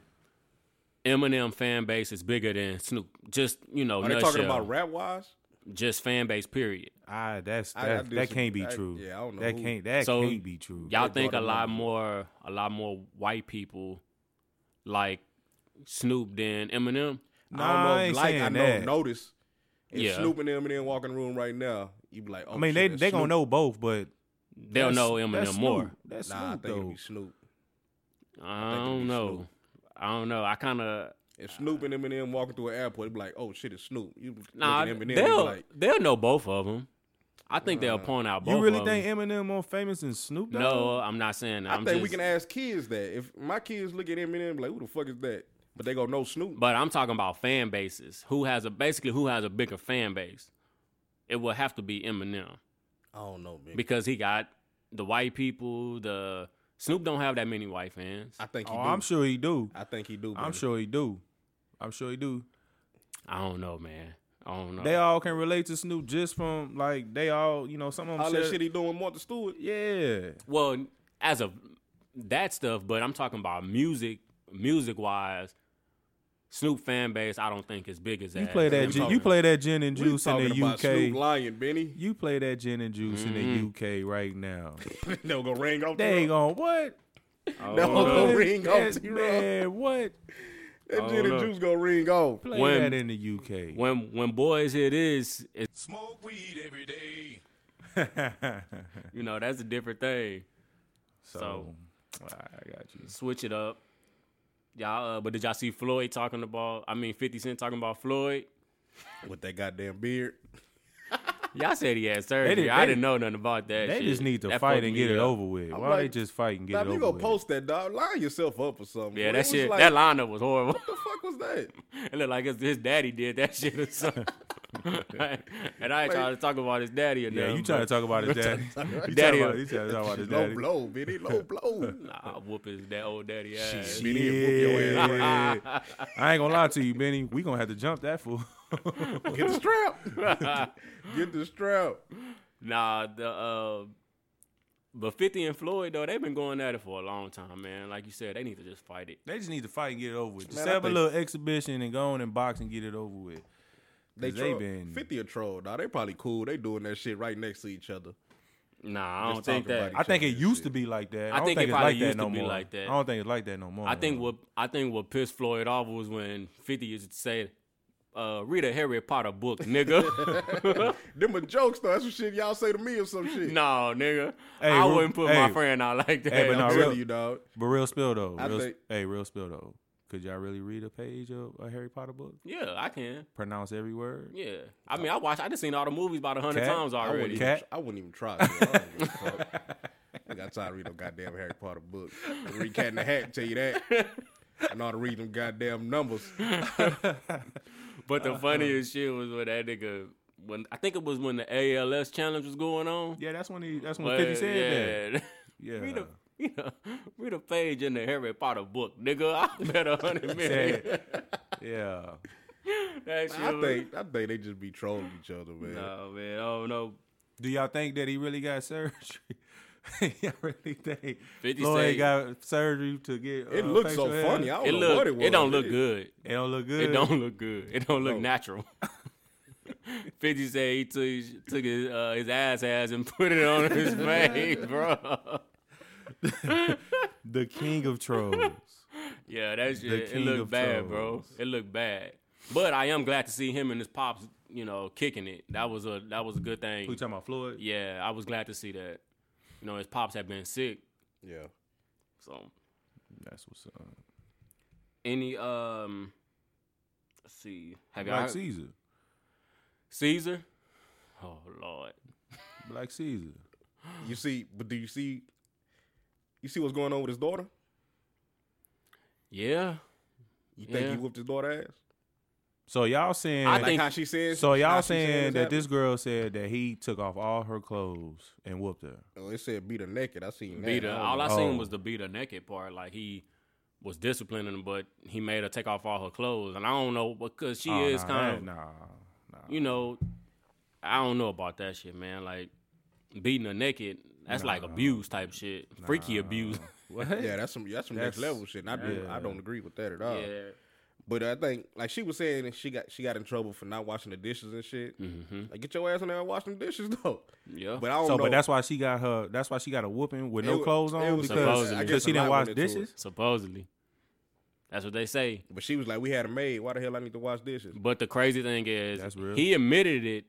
Speaker 1: Eminem fan base is bigger than Snoop. Just you know,
Speaker 2: Are they talking
Speaker 1: nutshell.
Speaker 2: about rap wise?
Speaker 1: just fan base. Period.
Speaker 3: Ah, that's
Speaker 2: I- I
Speaker 3: that, that
Speaker 2: disagree.
Speaker 3: can't be
Speaker 2: I-
Speaker 3: true.
Speaker 2: yeah, I don't know
Speaker 3: That
Speaker 2: who-
Speaker 3: can't that
Speaker 1: So,
Speaker 3: can't be true.
Speaker 1: Y'all
Speaker 2: They
Speaker 1: think a
Speaker 2: brought him
Speaker 1: lot
Speaker 2: up.
Speaker 1: more, a lot more white people like Snoop than Eminem.
Speaker 2: I
Speaker 3: Nah,
Speaker 2: don't
Speaker 3: I
Speaker 2: know.
Speaker 3: ain't
Speaker 2: like I
Speaker 3: saying
Speaker 2: know
Speaker 3: that.
Speaker 2: notice. If
Speaker 1: Yeah.
Speaker 2: Snoop and Eminem walk in the room right now, you be like, oh,
Speaker 3: I mean,
Speaker 2: shit,
Speaker 3: they
Speaker 2: that's
Speaker 3: they gonna
Speaker 2: Snoop.
Speaker 3: know both, but
Speaker 1: They'll
Speaker 3: that's-
Speaker 1: know
Speaker 3: that's
Speaker 1: Eminem
Speaker 3: Snoop.
Speaker 1: more.
Speaker 3: That's
Speaker 2: Nah, I
Speaker 3: Snoop
Speaker 2: think it'd
Speaker 3: though.
Speaker 2: be Snoop.
Speaker 1: I,
Speaker 2: think it'd be
Speaker 1: don't know.
Speaker 2: Snoop.
Speaker 1: I don't know. I kind of
Speaker 2: If Snoop and Eminem walking through an airport, they be like, oh shit, it's Snoop. You
Speaker 1: nah.
Speaker 2: look at Eminem, you be
Speaker 1: they'll
Speaker 2: like,
Speaker 1: they'll know both of them. I think they'll point out both.
Speaker 3: You really
Speaker 1: of
Speaker 3: think
Speaker 1: 'em.
Speaker 3: Eminem more famous than Snoop? Dogg?
Speaker 1: No, I'm not saying that.
Speaker 2: I
Speaker 1: I'm
Speaker 2: think
Speaker 1: just,
Speaker 2: we can ask kids that. If my kids look at Eminem, be like, who the fuck is that? But they gonna know Snoop.
Speaker 1: But I'm talking about fan bases. Who has a basically who has a bigger fan base? It will have to be Eminem
Speaker 2: I don't know, man.
Speaker 1: because he got the white people. The Snoop don't have that many white fans.
Speaker 2: I think he
Speaker 3: oh,
Speaker 2: do.
Speaker 3: I'm sure he do.
Speaker 2: I think he do.
Speaker 3: I'm
Speaker 2: baby.
Speaker 3: sure he do. I'm sure he do.
Speaker 1: I don't know, man. I don't know.
Speaker 3: They all can relate to Snoop just from like they all you know some of them.
Speaker 2: All that shit he doing, with Martha Stewart.
Speaker 3: yeah,
Speaker 1: well, as of that stuff, but I'm talking about music, music wise. Snoop fan base, I don't think as big as that.
Speaker 3: you play that.
Speaker 1: We
Speaker 3: gin- You
Speaker 1: talking-
Speaker 3: play that gin and
Speaker 2: We
Speaker 3: juice in
Speaker 2: talking
Speaker 3: the
Speaker 2: about Snoop
Speaker 3: UK.
Speaker 2: Lion, Benny.
Speaker 3: You play that gin and juice
Speaker 1: Mm-hmm.
Speaker 3: in the UK right now.
Speaker 2: they gonna ring off.
Speaker 3: They ain't gonna what?
Speaker 2: They
Speaker 1: Oh,
Speaker 2: gonna ring off.
Speaker 3: That-
Speaker 2: T-Rock.
Speaker 3: Man, what?
Speaker 2: That
Speaker 3: Oh,
Speaker 2: gin and
Speaker 1: no.
Speaker 2: juice gonna ring off.
Speaker 3: Play
Speaker 1: When-
Speaker 3: that in the UK.
Speaker 1: when when boys it is, it's
Speaker 4: Smoke weed every day.
Speaker 1: you know that's a different thing.
Speaker 3: so, I got you.
Speaker 1: switch it up. Y'all, uh, but did y'all see Floyd talking about? I mean, Fifty Cent talking about Floyd.
Speaker 2: With that goddamn beard.
Speaker 1: Y'all said he had surgery.
Speaker 3: didn't-
Speaker 1: I
Speaker 3: they-
Speaker 1: didn't know nothing about that.
Speaker 3: They
Speaker 1: shit.
Speaker 3: just need to
Speaker 1: That
Speaker 3: fight
Speaker 1: fucked
Speaker 3: and
Speaker 1: me
Speaker 3: get it
Speaker 1: up.
Speaker 3: over with.
Speaker 2: I'm
Speaker 3: Why
Speaker 2: like,
Speaker 3: they just fight and get
Speaker 2: Now,
Speaker 3: it
Speaker 2: if you
Speaker 3: over
Speaker 2: gonna
Speaker 3: with?
Speaker 2: post that, dog, line yourself up or something.
Speaker 1: Yeah,
Speaker 2: It
Speaker 1: that
Speaker 2: was
Speaker 1: shit.
Speaker 2: Like,
Speaker 1: that lineup was horrible.
Speaker 2: the fuck was that?
Speaker 1: it looked like his, his daddy did that shit or something. and I ain't trying to talk about his daddy or
Speaker 3: yeah,
Speaker 1: nothing,
Speaker 3: you trying to
Speaker 1: but-
Speaker 3: talk about his daddy? you
Speaker 1: Daddy.
Speaker 3: talking about, you trying to talk about his
Speaker 2: Low
Speaker 3: daddy?
Speaker 2: blow, Benny. Low blow.
Speaker 1: Nah, I'll whoop his that old daddy ass.
Speaker 2: Benny, whoop your ass.
Speaker 3: Yeah. I ain't gonna lie to you, Benny. We gonna have to jump that fool.
Speaker 2: Get the strap. Get the strap.
Speaker 1: Nah, the uh, but Fifty and Floyd though, they've been going at it for a long time, man. Like you said, they need to just fight it.
Speaker 3: they just need to fight and get it over with. Just
Speaker 2: Man, I
Speaker 3: have a
Speaker 2: think-
Speaker 3: little exhibition and go on and box and get it over with.
Speaker 2: They,
Speaker 3: they
Speaker 2: troll-
Speaker 3: been-
Speaker 2: 50 a troll, dog. They probably cool. They doing that shit right next to each other.
Speaker 1: Nah, I don't
Speaker 2: Just
Speaker 1: think
Speaker 2: talk about
Speaker 1: that.
Speaker 2: it.
Speaker 3: I think it
Speaker 2: Champions
Speaker 3: used
Speaker 2: shit.
Speaker 3: to be like that. I,
Speaker 1: I
Speaker 3: don't
Speaker 1: think
Speaker 3: think,
Speaker 1: it
Speaker 3: it's
Speaker 1: probably
Speaker 3: like that
Speaker 1: used to
Speaker 3: no
Speaker 1: be
Speaker 3: more.
Speaker 1: like that.
Speaker 3: I don't think it's like that no more.
Speaker 1: I think what I think what pissed Floyd off was when Fifty used to say, uh, "Read a Harry Potter book, nigga."
Speaker 2: Them a jokes, though. That's some shit y'all say to me or some shit.
Speaker 1: no, nigga,
Speaker 3: Hey,
Speaker 1: I
Speaker 3: real-
Speaker 1: wouldn't put my
Speaker 3: hey.
Speaker 1: friend out like that.
Speaker 3: Hey, but
Speaker 2: I'm
Speaker 3: no,
Speaker 2: telling
Speaker 3: real-
Speaker 2: you, dog.
Speaker 3: But real spill though.
Speaker 2: I
Speaker 3: Real,
Speaker 2: think-
Speaker 3: hey, real spill though. Could y'all really read a page of a Harry Potter book?
Speaker 1: yeah, I can.
Speaker 3: Pronounce every word.
Speaker 1: Yeah, I mean, I watched. I just seen all the movies about a hundred
Speaker 3: Cat?
Speaker 1: times
Speaker 2: I wouldn't,
Speaker 1: already.
Speaker 2: even,
Speaker 3: Cat.
Speaker 2: I wouldn't even try. dog. I don't give a fuck. I got tired of reading no goddamn Harry Potter book. Read Cat in the Hat, tell you that. I know how to read them goddamn numbers.
Speaker 1: But
Speaker 3: Uh-uh.
Speaker 1: the funniest shit was when that nigga. When I think it was when the ALS challenge was going on.
Speaker 3: Yeah, that's when he. That's when
Speaker 1: But,
Speaker 3: Fifty said that. Uh-uh.
Speaker 1: yeah.
Speaker 3: Yeah.
Speaker 1: Read a- read a, read a page in the Harry Potter book, nigga. I bet a hundred million.
Speaker 3: Said, yeah.
Speaker 1: That shit
Speaker 2: I
Speaker 1: was-
Speaker 2: think I think they just be trolling each other, man.
Speaker 1: No man, oh no.
Speaker 3: Do y'all think that he really got surgery? y'all really think
Speaker 1: 50
Speaker 3: Floyd
Speaker 1: say-
Speaker 3: got surgery to get?
Speaker 2: It
Speaker 3: uh,
Speaker 2: looks so
Speaker 3: facial hair?
Speaker 2: funny. I don't
Speaker 1: It
Speaker 2: know
Speaker 1: look,
Speaker 2: what
Speaker 1: it,
Speaker 2: it was.
Speaker 1: don't look good.
Speaker 3: It don't look good.
Speaker 1: It don't look good. It don't look natural. Fifty said he took his, took his uh, his ass ass and put it on his face, bro.
Speaker 3: The king of trolls.
Speaker 1: Yeah, that shit. It
Speaker 3: king
Speaker 1: looked
Speaker 3: of
Speaker 1: bad, bro.
Speaker 3: trolls.
Speaker 1: It looked bad. But I am glad to see him and his pops, you know, kicking it. That was a that was a good
Speaker 3: Who you
Speaker 1: thing.
Speaker 3: talking about, Floyd?
Speaker 1: Yeah, I was glad to see that. You know, his pops had been sick,
Speaker 2: Yeah.
Speaker 1: so
Speaker 3: That's what's up.
Speaker 1: any um let's see have y'all
Speaker 3: Black
Speaker 1: heard-
Speaker 3: Caesar.
Speaker 1: caesar oh lord
Speaker 3: Black Caesar.
Speaker 2: You see, but do you see? You see what's going on with his daughter?
Speaker 1: yeah
Speaker 2: You think
Speaker 1: Yeah.
Speaker 2: he whooped his daughter ass?
Speaker 3: So y'all saying?
Speaker 1: I
Speaker 2: Like
Speaker 1: think-
Speaker 2: how she says.
Speaker 3: so
Speaker 2: how
Speaker 3: y'all
Speaker 2: she says
Speaker 3: saying
Speaker 2: it's
Speaker 3: that this girl said that he took off all her clothes and whooped her.
Speaker 2: happened? Oh, it said beat her naked. I seen
Speaker 1: beat
Speaker 2: that.
Speaker 1: her
Speaker 2: I
Speaker 1: all i
Speaker 3: know.
Speaker 1: seen
Speaker 3: Oh.
Speaker 1: was the beat her naked part like he was disciplining but he made her take off all her clothes and i don't know because she
Speaker 3: Oh,
Speaker 1: is
Speaker 3: nah,
Speaker 1: kind
Speaker 3: that-
Speaker 1: of
Speaker 3: nah, nah.
Speaker 1: you know i don't know about that shit man like beating her naked that's like abuse type shit freaky abuse
Speaker 3: What?
Speaker 2: Yeah, that's some that's some next
Speaker 3: That's-
Speaker 2: level shit. And I do
Speaker 3: yeah.
Speaker 2: I don't agree with that at all.
Speaker 1: yeah
Speaker 2: But I think like she was saying that she got she got in trouble for not washing the dishes and shit.
Speaker 3: Mm-hmm.
Speaker 1: hmm
Speaker 2: Like get your ass in there and wash them dishes though.
Speaker 1: yeah
Speaker 2: But I don't
Speaker 3: Oh, So,
Speaker 2: know.
Speaker 3: but that's why she got her. That's why she got a whooping with
Speaker 2: It
Speaker 3: no
Speaker 2: was-
Speaker 3: clothes
Speaker 2: it
Speaker 3: on
Speaker 2: was
Speaker 3: because
Speaker 1: supposedly.
Speaker 3: because she
Speaker 2: I guess
Speaker 3: didn't
Speaker 2: a lot
Speaker 3: wash
Speaker 2: went into
Speaker 3: dishes.
Speaker 1: supposedly that's what they say
Speaker 2: but she was like, we had a maid. Why the hell I need to wash dishes?
Speaker 1: But the crazy thing is,
Speaker 3: That's real.
Speaker 1: he admitted it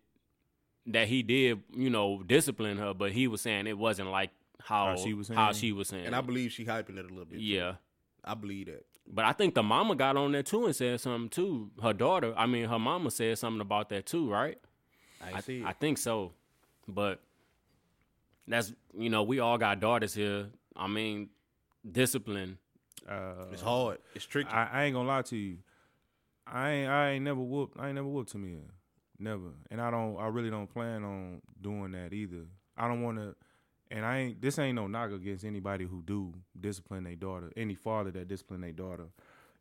Speaker 1: that he did, you know, discipline her, but he was saying it wasn't like how,
Speaker 3: How she was
Speaker 1: how
Speaker 3: saying.
Speaker 1: she was saying.
Speaker 2: And I believe she hyping it a little bit.
Speaker 1: yeah,
Speaker 2: I believe that.
Speaker 1: but I think the mama got on there too and said something too. Her daughter, I mean, her mama said something about that too, right?
Speaker 2: I, see.
Speaker 1: I think so, but that's you know, we all got daughters here. I mean, discipline.
Speaker 3: Uh,
Speaker 2: it's hard. It's tricky.
Speaker 3: I, I ain't gonna lie to you. I ain't I ain't never whooped I ain't never whooped Tamia. Never. And I don't I really don't plan on doing that either. I don't wanna and I ain't this ain't no knock against anybody who do discipline their daughter, any father that discipline their daughter,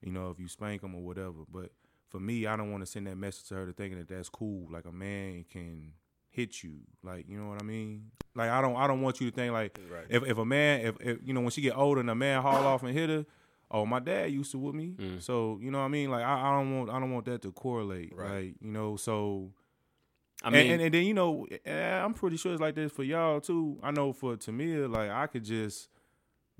Speaker 3: you know, if you spank them or whatever. But for me, I don't want to send that message to her to thinking that that's cool. Like a man can hit you, like you know what I mean. Like I don't, I don't want you to think like
Speaker 2: Right.
Speaker 3: if, if a man, if, if you know when she get older and a man haul off and hit her, oh my dad used to with me,
Speaker 2: Mm.
Speaker 3: so you know what I mean. Like I, I don't want, I don't want that to correlate,
Speaker 2: Right.
Speaker 3: Like you know, so
Speaker 1: I mean,
Speaker 3: and, and, and then you know, eh, I'm pretty sure it's like this for y'all too. I know for Tamir, like I could just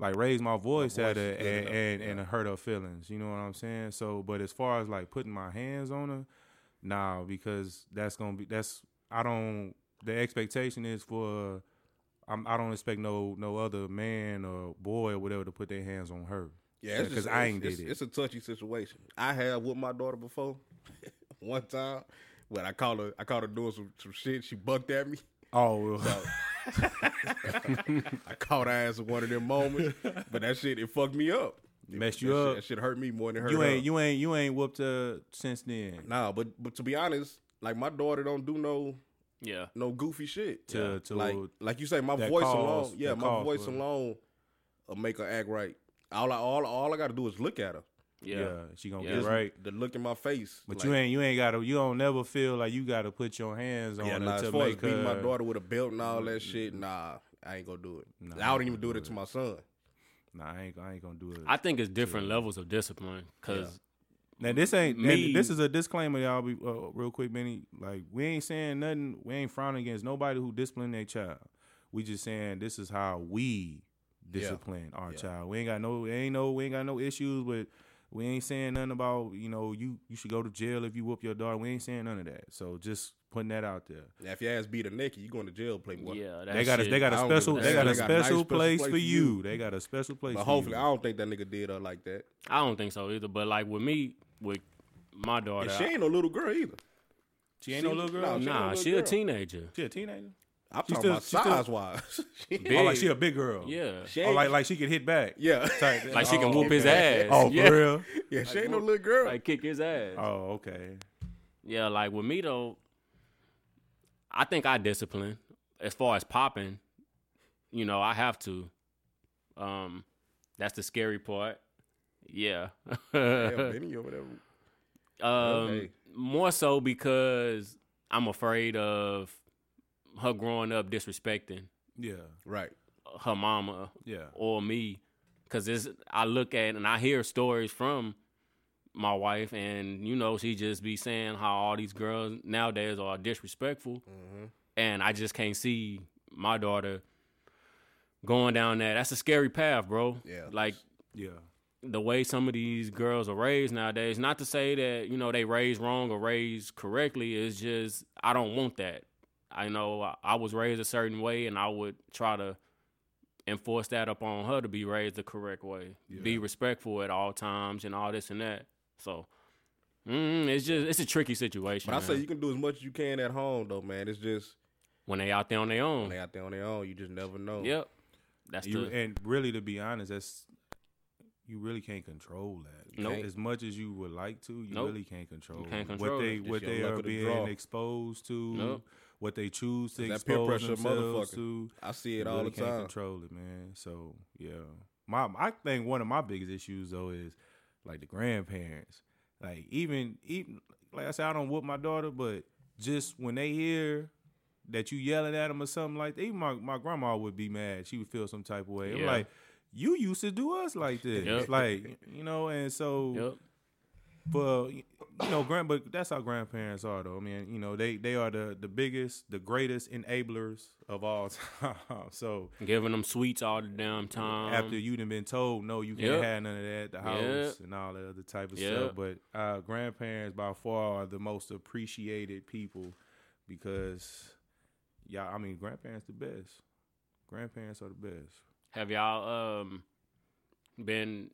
Speaker 3: like raise my voice,
Speaker 2: voice
Speaker 3: at her
Speaker 2: is good
Speaker 3: and
Speaker 2: enough,
Speaker 3: and,
Speaker 2: yeah.
Speaker 3: and hurt her feelings. You know what I'm saying? So, but as far as like putting my hands on her, nah, because that's gonna be that's I don't. The expectation is for I'm, I don't expect no no other man or boy or whatever to put their hands on her.
Speaker 2: yeah, it's
Speaker 3: because
Speaker 2: just-
Speaker 3: I
Speaker 2: it's-
Speaker 3: ain't did
Speaker 2: it's,
Speaker 3: it.
Speaker 2: It's a touchy situation. I have with my daughter before, one time, but I caught her. I caught her doing some, some shit. She bucked at me.
Speaker 3: Oh,
Speaker 2: I caught her ass in one of them moments, but that shit it fucked me up.
Speaker 3: Messed
Speaker 2: That
Speaker 3: you
Speaker 2: shit-
Speaker 3: up.
Speaker 2: That shit hurt me more than it hurt
Speaker 3: you
Speaker 2: her.
Speaker 3: ain't you ain't you ain't whooped her since then.
Speaker 2: Nah, but but to be honest, like my daughter don't do no
Speaker 1: yeah,
Speaker 2: no goofy shit.
Speaker 3: To-
Speaker 2: Yeah.
Speaker 3: to-
Speaker 2: like like you say, my
Speaker 3: that
Speaker 2: voice
Speaker 3: calls-
Speaker 2: alone, yeah,
Speaker 3: that
Speaker 2: my
Speaker 3: calls
Speaker 2: voice
Speaker 3: for it.
Speaker 2: alone will make her act right. All I all all I gotta do is look at her,
Speaker 1: yeah,
Speaker 3: she gonna
Speaker 1: Yeah.
Speaker 3: get right.
Speaker 2: The look in my face,
Speaker 3: But
Speaker 2: like,
Speaker 3: you ain't you ain't gotta you don't never feel like you gotta put your hands on
Speaker 2: Yeah,
Speaker 3: her
Speaker 2: nah, as
Speaker 3: to
Speaker 2: far as
Speaker 3: make
Speaker 2: beating
Speaker 3: her. Mm,
Speaker 2: my daughter with a belt and all that shit, nah, I ain't gonna do it. I don't even do it to my son.
Speaker 3: Nah, I ain't I ain't gonna do it.
Speaker 1: I think it's different levels of discipline because
Speaker 3: now this ain't
Speaker 1: Me-
Speaker 3: and this is a disclaimer, y'all. Be, uh, real quick, Benny. Like we ain't saying nothing. We ain't frowning against nobody who discipline their child. We just saying this is how we discipline our child. We ain't got no ain't no we ain't got no issues with. We ain't saying nothing about you know you you should go to jail if you whoop your daughter. We ain't saying none of that. So just putting that out there.
Speaker 2: Now, if your ass beat a naked, you going to jail, playboy.
Speaker 1: yeah, that
Speaker 3: they got a,
Speaker 1: shit-
Speaker 3: they got
Speaker 2: I
Speaker 3: a
Speaker 2: don't give a
Speaker 3: special
Speaker 2: damn.
Speaker 3: they got a
Speaker 2: They got a nice
Speaker 3: special
Speaker 2: special
Speaker 3: place
Speaker 2: place
Speaker 3: for
Speaker 2: for you.
Speaker 3: you. They got a special place.
Speaker 2: But
Speaker 3: for
Speaker 2: hopefully,
Speaker 3: you.
Speaker 2: I don't think that nigga did her like that.
Speaker 1: I don't think so either. But like with me, with my daughter,
Speaker 2: And she ain't no little girl either.
Speaker 3: she ain't no little girl.
Speaker 2: no,
Speaker 3: she,
Speaker 1: nah,
Speaker 2: little
Speaker 1: she a
Speaker 2: girl.
Speaker 1: teenager.
Speaker 3: a teenager.
Speaker 2: I'm
Speaker 3: She
Speaker 2: talking
Speaker 3: still-
Speaker 2: about
Speaker 3: she still-
Speaker 2: size wise.
Speaker 3: Oh,
Speaker 1: Big.
Speaker 3: like she a big girl.
Speaker 1: Yeah,
Speaker 2: She
Speaker 3: Oh,
Speaker 2: ain't,
Speaker 3: like like she can hit back.
Speaker 2: yeah,
Speaker 3: Type-
Speaker 1: like she can
Speaker 3: oh,
Speaker 1: whoop his ass.
Speaker 3: Oh,
Speaker 1: yeah.
Speaker 3: for real?
Speaker 2: yeah. She ain't no little girl.
Speaker 1: Like kick his ass.
Speaker 3: Oh, okay.
Speaker 1: Yeah, like with me though, I think I discipline as far as popping. You know, I have to. Um, that's the scary part. Yeah.
Speaker 2: Damn, Benny over there.
Speaker 1: Um,
Speaker 2: Okay.
Speaker 1: more so because I'm afraid of her growing up disrespecting
Speaker 3: Yeah,
Speaker 2: Right.
Speaker 1: her mama
Speaker 3: yeah,
Speaker 1: or me, because this I look at and I hear stories from my wife, and you know she just be saying how all these girls nowadays are disrespectful,
Speaker 3: Mm-hmm.
Speaker 1: and I just can't see my daughter going down that. That's a scary path, bro.
Speaker 2: Yeah.
Speaker 1: like
Speaker 3: yeah,
Speaker 1: the way some of these girls are raised nowadays. Not to say that you know they raised wrong or raised correctly. It's just I don't want that. I know I, I was raised a certain way, and I would try to enforce that upon her to be raised the correct way, be respectful at all times, and all this and that. So mm, it's just it's a tricky situation.
Speaker 2: But I say
Speaker 3: Mm-hmm.
Speaker 1: man.
Speaker 2: you can do as much as you can at home, though, man. It's just
Speaker 1: when they out there on their own,
Speaker 3: Mm.
Speaker 2: when they out there on their own, you just never know.
Speaker 1: yep, that's
Speaker 3: You,
Speaker 1: the
Speaker 3: and really, to be honest, that's you really can't control that.
Speaker 1: Nope.
Speaker 3: As much as you would like to, you
Speaker 1: Nope.
Speaker 3: really can't control,
Speaker 1: You can't
Speaker 3: what
Speaker 1: control
Speaker 3: they
Speaker 1: it.
Speaker 2: Just
Speaker 3: what
Speaker 2: your
Speaker 3: they
Speaker 2: luck
Speaker 3: are
Speaker 2: of the draw.
Speaker 3: being exposed to,
Speaker 1: Nope.
Speaker 3: what they choose to
Speaker 2: That
Speaker 3: expose
Speaker 2: peer pressure,
Speaker 3: themselves
Speaker 2: motherfucker.
Speaker 3: to.
Speaker 2: I see it
Speaker 3: You
Speaker 2: all
Speaker 3: really
Speaker 2: the
Speaker 3: can't
Speaker 2: time.
Speaker 3: Control it, man. So yeah, my I think one of my biggest issues though is like the grandparents. Like even even like I said, I don't whoop my daughter, but just when they hear that you yelling at them or something like that, even my, my grandma would be mad. She would feel some type of way. I'm
Speaker 1: Yeah.
Speaker 3: like, you used to do us like this,
Speaker 1: Yep.
Speaker 3: like you know. And so
Speaker 1: yep.
Speaker 3: for you know grand but that's how grandparents are though i mean you know they they are the the biggest the greatest enablers of all time so
Speaker 1: giving them sweets all the damn time.
Speaker 3: after you done been told no you can't
Speaker 1: Um, Yep.
Speaker 3: have none of that at the house
Speaker 1: Yep.
Speaker 3: and all that other type of
Speaker 1: Yep.
Speaker 3: stuff but uh grandparents by far are the most appreciated people because yeah i mean grandparents the best grandparents are the best
Speaker 1: Have y'all um been?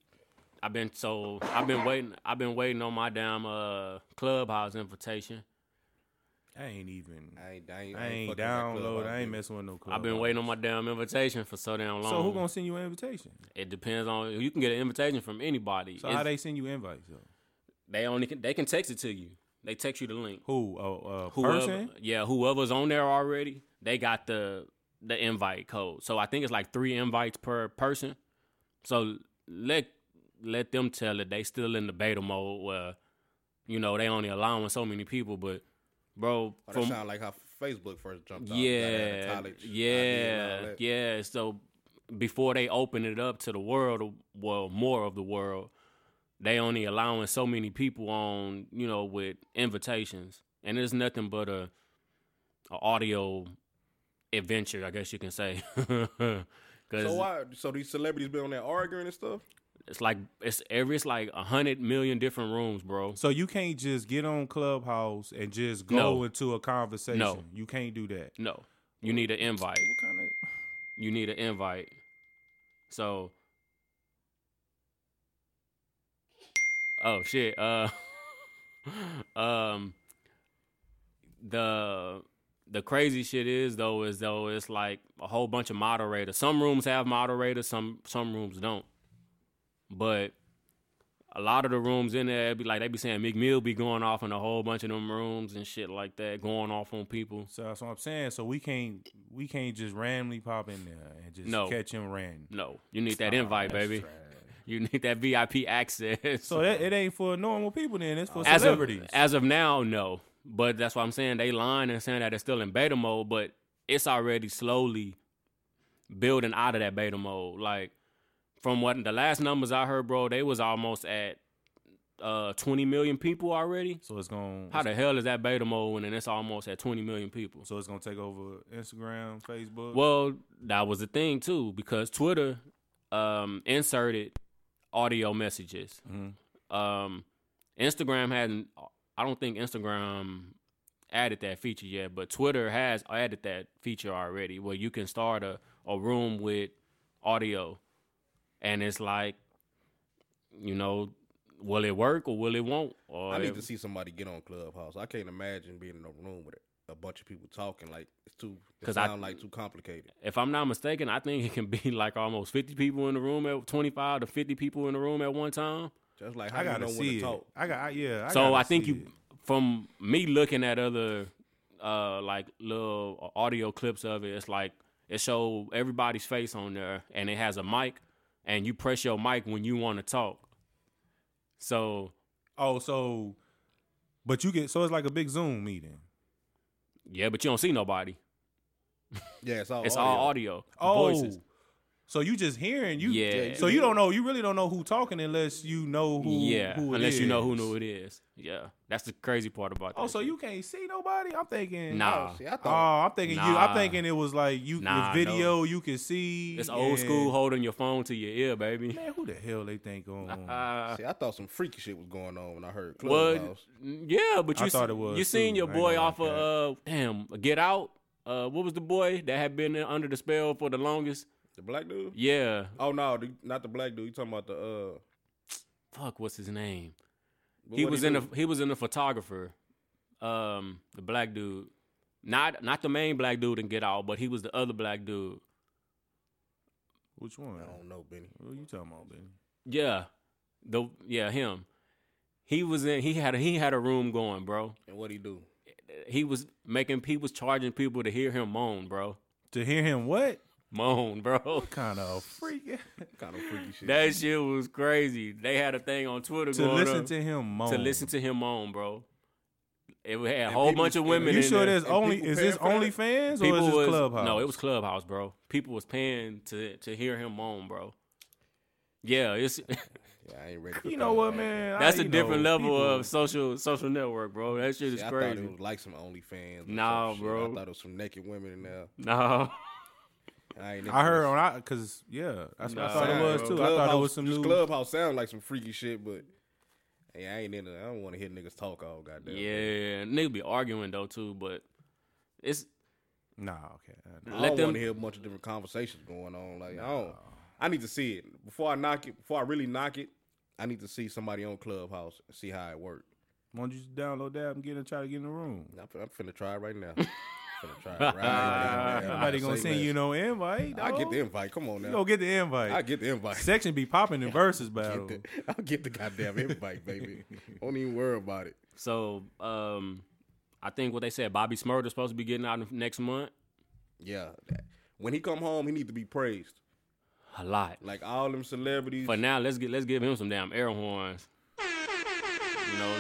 Speaker 1: I've been so I've been waiting. I've been waiting on my damn uh clubhouse invitation.
Speaker 3: i ain't even
Speaker 2: I ain't, I ain't,
Speaker 3: i ain't
Speaker 2: fucking with that club
Speaker 3: download
Speaker 2: out
Speaker 3: i ain't
Speaker 2: there.
Speaker 3: messing with no club
Speaker 1: I've been waiting on my damn invitation for so damn long.
Speaker 3: so who gonna send you an invitation
Speaker 1: It depends on you can get an invitation from anybody.
Speaker 3: so
Speaker 1: It's-
Speaker 3: how they send you invites though
Speaker 1: they only can, they can text it to you. They text you the link.
Speaker 3: Who? Oh, uh,
Speaker 1: Whoever,
Speaker 3: person?
Speaker 1: yeah, whoever's on there already, they got the the invite code. So I think it's like three invites per person. So let let them tell it. They still in the beta mode where, you know, they only allowing so many people. But bro,
Speaker 2: Oh, that
Speaker 1: from
Speaker 2: sound like how Facebook first jumped out.
Speaker 1: yeah, yeah, yeah. So before they open it up to the world, well, more of the world, they only allowing so many people on, you know, with invitations, and it's nothing but a, a audio adventure, I guess you can say. Cause
Speaker 2: So why? So these celebrities been on there arguing and stuff.
Speaker 1: it's like it's every it's like a hundred million different rooms, bro.
Speaker 3: So you can't just get on Clubhouse and just go
Speaker 1: No.
Speaker 3: into a conversation.
Speaker 1: No.
Speaker 3: You can't do that.
Speaker 1: No, you need an invite.
Speaker 3: What kind of?
Speaker 1: you need an invite. So Oh shit. Uh um the the crazy shit is though is though it's like a whole bunch of moderators. Some rooms have moderators, some some rooms don't. But a lot of the rooms in there be like they be saying McMill be going off in a whole bunch of them rooms and shit like that, going off on people.
Speaker 3: So that's what I'm saying. So we can't we can't just randomly pop in there and just
Speaker 1: No.
Speaker 3: catch him random.
Speaker 1: No, you need that invite, baby. You need that VIP access.
Speaker 3: So that, it ain't for normal people. Then it's for
Speaker 1: as of,
Speaker 3: celebrities.
Speaker 1: as of now, no. But that's why I'm saying they lying and saying that it's still in beta mode, but it's already slowly building out of that beta mode. Like from what the last numbers I heard, bro, they was almost at uh 20 million people already.
Speaker 3: so it's going.
Speaker 1: How the hell is that beta mode when it's almost at 20 million people?
Speaker 3: so it's gonna take over Instagram, Facebook.
Speaker 1: Well, that was the thing too, because Twitter um, inserted audio messages.
Speaker 2: Mm-hmm.
Speaker 1: Um, Instagram hadn't. I don't think Instagram added that feature yet, but Twitter has added that feature already, where you can start a, a room with audio, and it's like, you know, will it work or will it won't? Or
Speaker 2: I
Speaker 3: Oh,
Speaker 1: if-
Speaker 2: need to see somebody get on Clubhouse. I can't imagine being in a room with a bunch of people talking. Like it's too. It
Speaker 1: 'Cause I-
Speaker 2: sound like too complicated.
Speaker 1: if I'm not mistaken, I think it can be like almost 50 people in the room at 25 to 50 people in the room at one time.
Speaker 2: Just like how
Speaker 3: I
Speaker 2: do you
Speaker 3: gotta
Speaker 2: know when
Speaker 3: see
Speaker 2: to
Speaker 3: it.
Speaker 2: talk.
Speaker 3: I got I, yeah. I
Speaker 1: so
Speaker 3: gotta
Speaker 1: I think
Speaker 3: see
Speaker 1: you,
Speaker 3: it.
Speaker 1: from me looking at other, uh, like little audio clips of it, it's like it show everybody's face on there, and it has a mic, and you press your mic when you want to talk. So
Speaker 3: Oh, so but you get so it's like a big Zoom meeting.
Speaker 1: yeah, but you don't see nobody.
Speaker 2: Yeah, it's all
Speaker 1: It's
Speaker 2: audio.
Speaker 1: all audio.
Speaker 3: Oh,
Speaker 1: voices.
Speaker 3: so you just hearing you?
Speaker 1: Yeah. Yeah, you
Speaker 3: So you don't know. You really don't know who talking unless you know who.
Speaker 1: yeah,
Speaker 3: who it
Speaker 1: unless you know who
Speaker 3: is.
Speaker 1: who it is. Yeah, that's the crazy part about that.
Speaker 3: Oh, so
Speaker 1: shit.
Speaker 3: you can't see nobody? I'm thinking.
Speaker 1: nah,
Speaker 2: See, I
Speaker 3: Oh,
Speaker 2: thought
Speaker 3: I'm thinking you.
Speaker 1: Nah.
Speaker 3: I'm thinking it was like you
Speaker 1: Nah,
Speaker 3: with video. You can see.
Speaker 1: it's old
Speaker 3: and-
Speaker 1: school holding your phone to your ear, baby.
Speaker 3: Man, who the hell they think on?
Speaker 1: Uh,
Speaker 2: see, I thought some freaky shit was going on when I heard
Speaker 1: Well,
Speaker 2: Clubhouse.
Speaker 1: Mm, yeah, but
Speaker 3: I
Speaker 1: you
Speaker 3: thought
Speaker 1: se-
Speaker 3: it was,
Speaker 1: you seen
Speaker 3: too.
Speaker 1: your
Speaker 3: I ain't
Speaker 1: boy
Speaker 3: gonna
Speaker 1: off
Speaker 3: lie,
Speaker 1: of uh, damn Get Out. Uh, what was the boy that had been in- under the spell for the longest?
Speaker 2: The black dude?
Speaker 1: Yeah,
Speaker 2: Oh no, the, not the black dude. You talking about the uh?
Speaker 1: fuck, what's his name?
Speaker 2: what
Speaker 1: he was in
Speaker 2: do?
Speaker 1: a he was in a photographer, um, the black dude, not not the main black dude in Get Out, but he was the other black dude.
Speaker 3: Which one?
Speaker 2: I don't know, Benny.
Speaker 3: What are you talking about, Benny?
Speaker 1: Yeah, the yeah him. He was in. He had a, he had a room going, bro.
Speaker 2: And what he do?
Speaker 1: He was making he was charging people to hear him moan, bro.
Speaker 3: To hear him what?
Speaker 1: Moan, bro.
Speaker 3: Kind of freaking.
Speaker 2: Kind of freaky shit.
Speaker 1: That shit was crazy. They had a thing on Twitter
Speaker 3: to
Speaker 1: going
Speaker 3: listen
Speaker 1: up
Speaker 3: to him moan.
Speaker 1: to listen to him moan, bro. It had a whole bunch of
Speaker 2: people-
Speaker 1: women.
Speaker 2: him
Speaker 3: You
Speaker 1: in
Speaker 3: sure
Speaker 1: there.
Speaker 3: there's only
Speaker 2: people
Speaker 3: is this
Speaker 2: paying for that?
Speaker 3: OnlyFans or is this
Speaker 1: was
Speaker 3: Clubhouse?
Speaker 1: no, it was Clubhouse, bro. People was paying to to hear him moan, bro. Yeah, it's
Speaker 2: Yeah, I ain't ready. For
Speaker 3: You know
Speaker 2: that.
Speaker 3: what, man?
Speaker 1: that's
Speaker 3: a
Speaker 1: a different level of social social network, bro. That shit is
Speaker 2: See, I thought
Speaker 1: crazy.
Speaker 2: it was like some OnlyFans. or
Speaker 1: Nah,
Speaker 2: some shit.
Speaker 1: bro.
Speaker 2: I thought it was some naked women in there.
Speaker 1: No,
Speaker 2: I, ain't
Speaker 3: I heard
Speaker 2: into
Speaker 3: on I because yeah, that's what
Speaker 1: Nah,
Speaker 3: I thought it was
Speaker 1: bro.
Speaker 3: too. I
Speaker 2: Clubhouse,
Speaker 3: thought it was some
Speaker 2: just
Speaker 3: new.
Speaker 2: clubhouse sound like some freaky shit, but hey, I ain't into. I don't want to hear niggas talk all goddamn.
Speaker 1: yeah, niggas be arguing though too, but it's
Speaker 3: Nah, okay. I know.
Speaker 2: I
Speaker 1: Let
Speaker 2: don't
Speaker 1: them-
Speaker 2: want to hear a bunch of different conversations going on. Like I don't. I need to see it before I knock it. Before I really knock it, I need to see somebody on Clubhouse and see how it worked.
Speaker 3: Why don't you just download that and get and try to get in the room?
Speaker 2: I'm, fin- I'm finna try it right now. finna try it right now.
Speaker 3: Nobody gonna
Speaker 2: Say
Speaker 3: send you
Speaker 2: less.
Speaker 3: no invite.
Speaker 2: I get the
Speaker 3: the.
Speaker 2: invite. Come on
Speaker 3: You
Speaker 2: now.
Speaker 3: gonna get the invite.
Speaker 2: I get the invite.
Speaker 3: Section be popping in versus battle.
Speaker 2: I'll get the goddamn invite, baby. Don't even worry about it.
Speaker 1: so um, I think what they said. Bobby Smurder's supposed to be getting out next month.
Speaker 2: Yeah. When he come home, he need to be praised.
Speaker 1: A lot.
Speaker 2: Like all them celebrities.
Speaker 1: But now let's get let's give him some damn air horns. You know,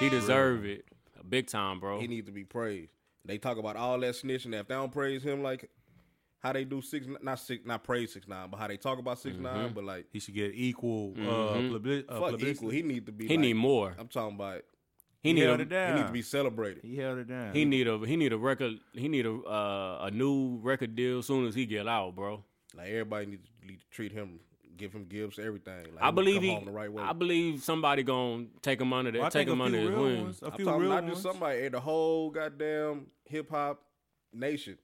Speaker 1: he deserve it big time, bro.
Speaker 2: He need to be praised. They talk about all that snitching. If they don't praise him, like how they do six, not six, not praise six nine, but how they talk about 6
Speaker 1: Mm-hmm.
Speaker 2: nine. But like,
Speaker 3: He should get equal. Uh, publi- uh,
Speaker 2: Mm-hmm. fuck
Speaker 3: publicity.
Speaker 2: equal. He need to be.
Speaker 1: He
Speaker 2: like-
Speaker 1: need more.
Speaker 2: I'm talking about.
Speaker 1: He
Speaker 3: He
Speaker 1: need
Speaker 3: held it
Speaker 1: a,
Speaker 3: down.
Speaker 2: He need to be celebrated.
Speaker 3: He held it down.
Speaker 1: he need a he need a record he need a uh, a new record deal as soon as he get out, bro.
Speaker 2: Like everybody need to, need to treat him, give him gifts, everything. Like,
Speaker 1: I
Speaker 2: need to
Speaker 1: believe
Speaker 2: come
Speaker 1: he,
Speaker 2: home the right way.
Speaker 1: I believe somebody gonna take him under
Speaker 3: Well,
Speaker 1: that
Speaker 3: I
Speaker 1: take
Speaker 3: think
Speaker 1: him
Speaker 3: a
Speaker 1: under
Speaker 3: few
Speaker 1: his
Speaker 3: real
Speaker 1: wing.
Speaker 3: ones. A
Speaker 2: I'm
Speaker 3: few
Speaker 2: talking
Speaker 3: real
Speaker 2: not
Speaker 3: ones.
Speaker 2: just somebody, eh, the whole goddamn hip hop nation.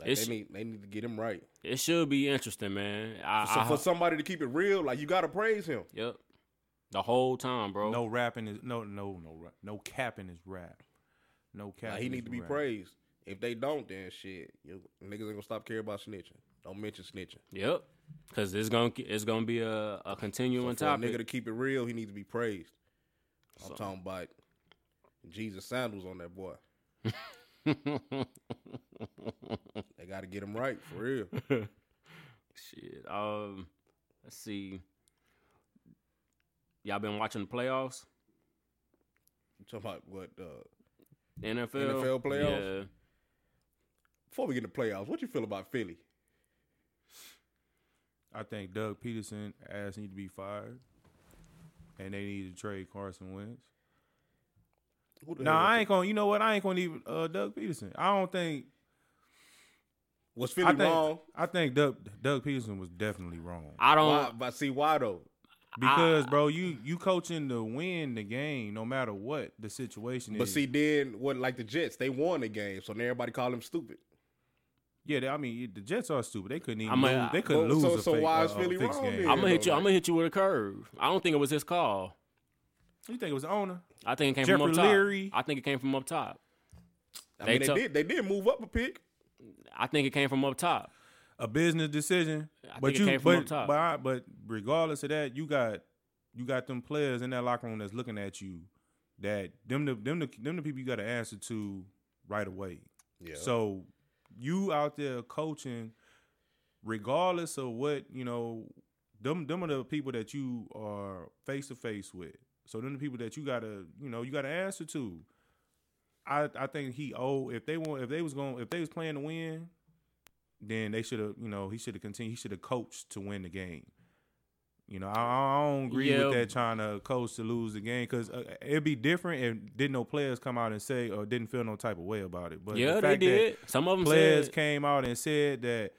Speaker 2: Like,
Speaker 1: It's-
Speaker 2: they need they need to get him right.
Speaker 1: It should be interesting, man. I,
Speaker 2: So
Speaker 1: I-
Speaker 2: for somebody to keep it real, like you gotta praise him.
Speaker 1: yep, the whole time, bro.
Speaker 3: No rapping is no no no rap. no capping is rap. No capping.
Speaker 2: Like, he
Speaker 3: is
Speaker 2: need to be
Speaker 3: rap.
Speaker 2: praised. If they don't, then shit, you, niggas ain't gonna stop caring about snitching. Don't mention snitching.
Speaker 1: Yep, because it's gonna it's gonna be a a
Speaker 2: So
Speaker 1: continuing
Speaker 2: for a
Speaker 1: topic.
Speaker 2: nigga to keep it real, he needs to be praised. I'm talking about Jesus sandals on that boy. they gotta get him right for real.
Speaker 1: Shit. Um, let's see. Y'all been watching the playoffs?
Speaker 2: You talking about what? Uh,
Speaker 1: The NFL?
Speaker 2: NFL playoffs?
Speaker 1: Yeah.
Speaker 2: before we get into playoffs, what you feel about Philly?
Speaker 3: I think Doug Peterson ass need to be fired, and they need to trade Carson Wentz.
Speaker 2: Who the
Speaker 3: No,
Speaker 2: hell
Speaker 3: I
Speaker 2: is-
Speaker 3: ain't gonna. You know what? I ain't gonna even uh, Doug Peterson. I don't think.
Speaker 2: Was
Speaker 3: I
Speaker 2: Philly
Speaker 3: think.
Speaker 2: wrong?
Speaker 3: I think Doug Doug Peterson was definitely wrong
Speaker 1: I don't.
Speaker 2: Why, but see why though?
Speaker 3: because, bro, you you coaching to win the game no matter what the situation
Speaker 2: But
Speaker 3: is.
Speaker 2: see, then what? Like the Jets, they won the game, so now everybody call them stupid.
Speaker 3: yeah, they, I mean the Jets are stupid. They couldn't even.
Speaker 1: I'm a-
Speaker 3: lose, they couldn't
Speaker 2: Well,
Speaker 3: lose.
Speaker 2: so-
Speaker 3: a
Speaker 2: so
Speaker 3: fake,
Speaker 2: why is
Speaker 3: uh,
Speaker 2: Philly
Speaker 3: fixed
Speaker 2: wrong
Speaker 3: game.
Speaker 2: then?
Speaker 1: I'm gonna hit you.
Speaker 2: like-
Speaker 1: I'm gonna hit you with a curve. I don't think it was his call.
Speaker 3: You think it was the owner?
Speaker 1: I think it came from
Speaker 3: Jeffrey
Speaker 1: up top.
Speaker 3: Leary.
Speaker 1: I think it came from up top.
Speaker 2: I
Speaker 1: They
Speaker 2: mean, they
Speaker 1: took-
Speaker 2: did. They did move up a pick.
Speaker 1: I think it came from up top.
Speaker 3: a business decision.
Speaker 1: I
Speaker 3: but
Speaker 1: think it
Speaker 3: you,
Speaker 1: came from
Speaker 3: but,
Speaker 1: up top.
Speaker 3: but I- but regardless of that, you got you got them players in that locker room that's looking at you. That them the them the them the people you got to answer to right away.
Speaker 2: Yeah.
Speaker 3: So you out there coaching regardless of what you know, them them are the people that you are face to face with. So them the people that you gotta you know you gotta answer to. I I think he owe if they want if they was going if they was playing to win, then they should have you know he should have continued he should have coached to win the game. You know, I, I don't agree
Speaker 1: Yeah.
Speaker 3: with that trying to coach to lose the game because uh, it'd be different if did no players come out and say or didn't feel no type of way about it. But
Speaker 1: yeah,
Speaker 3: the
Speaker 1: they
Speaker 3: fact that
Speaker 1: did. Some of them
Speaker 3: players
Speaker 1: said,
Speaker 3: came out and said that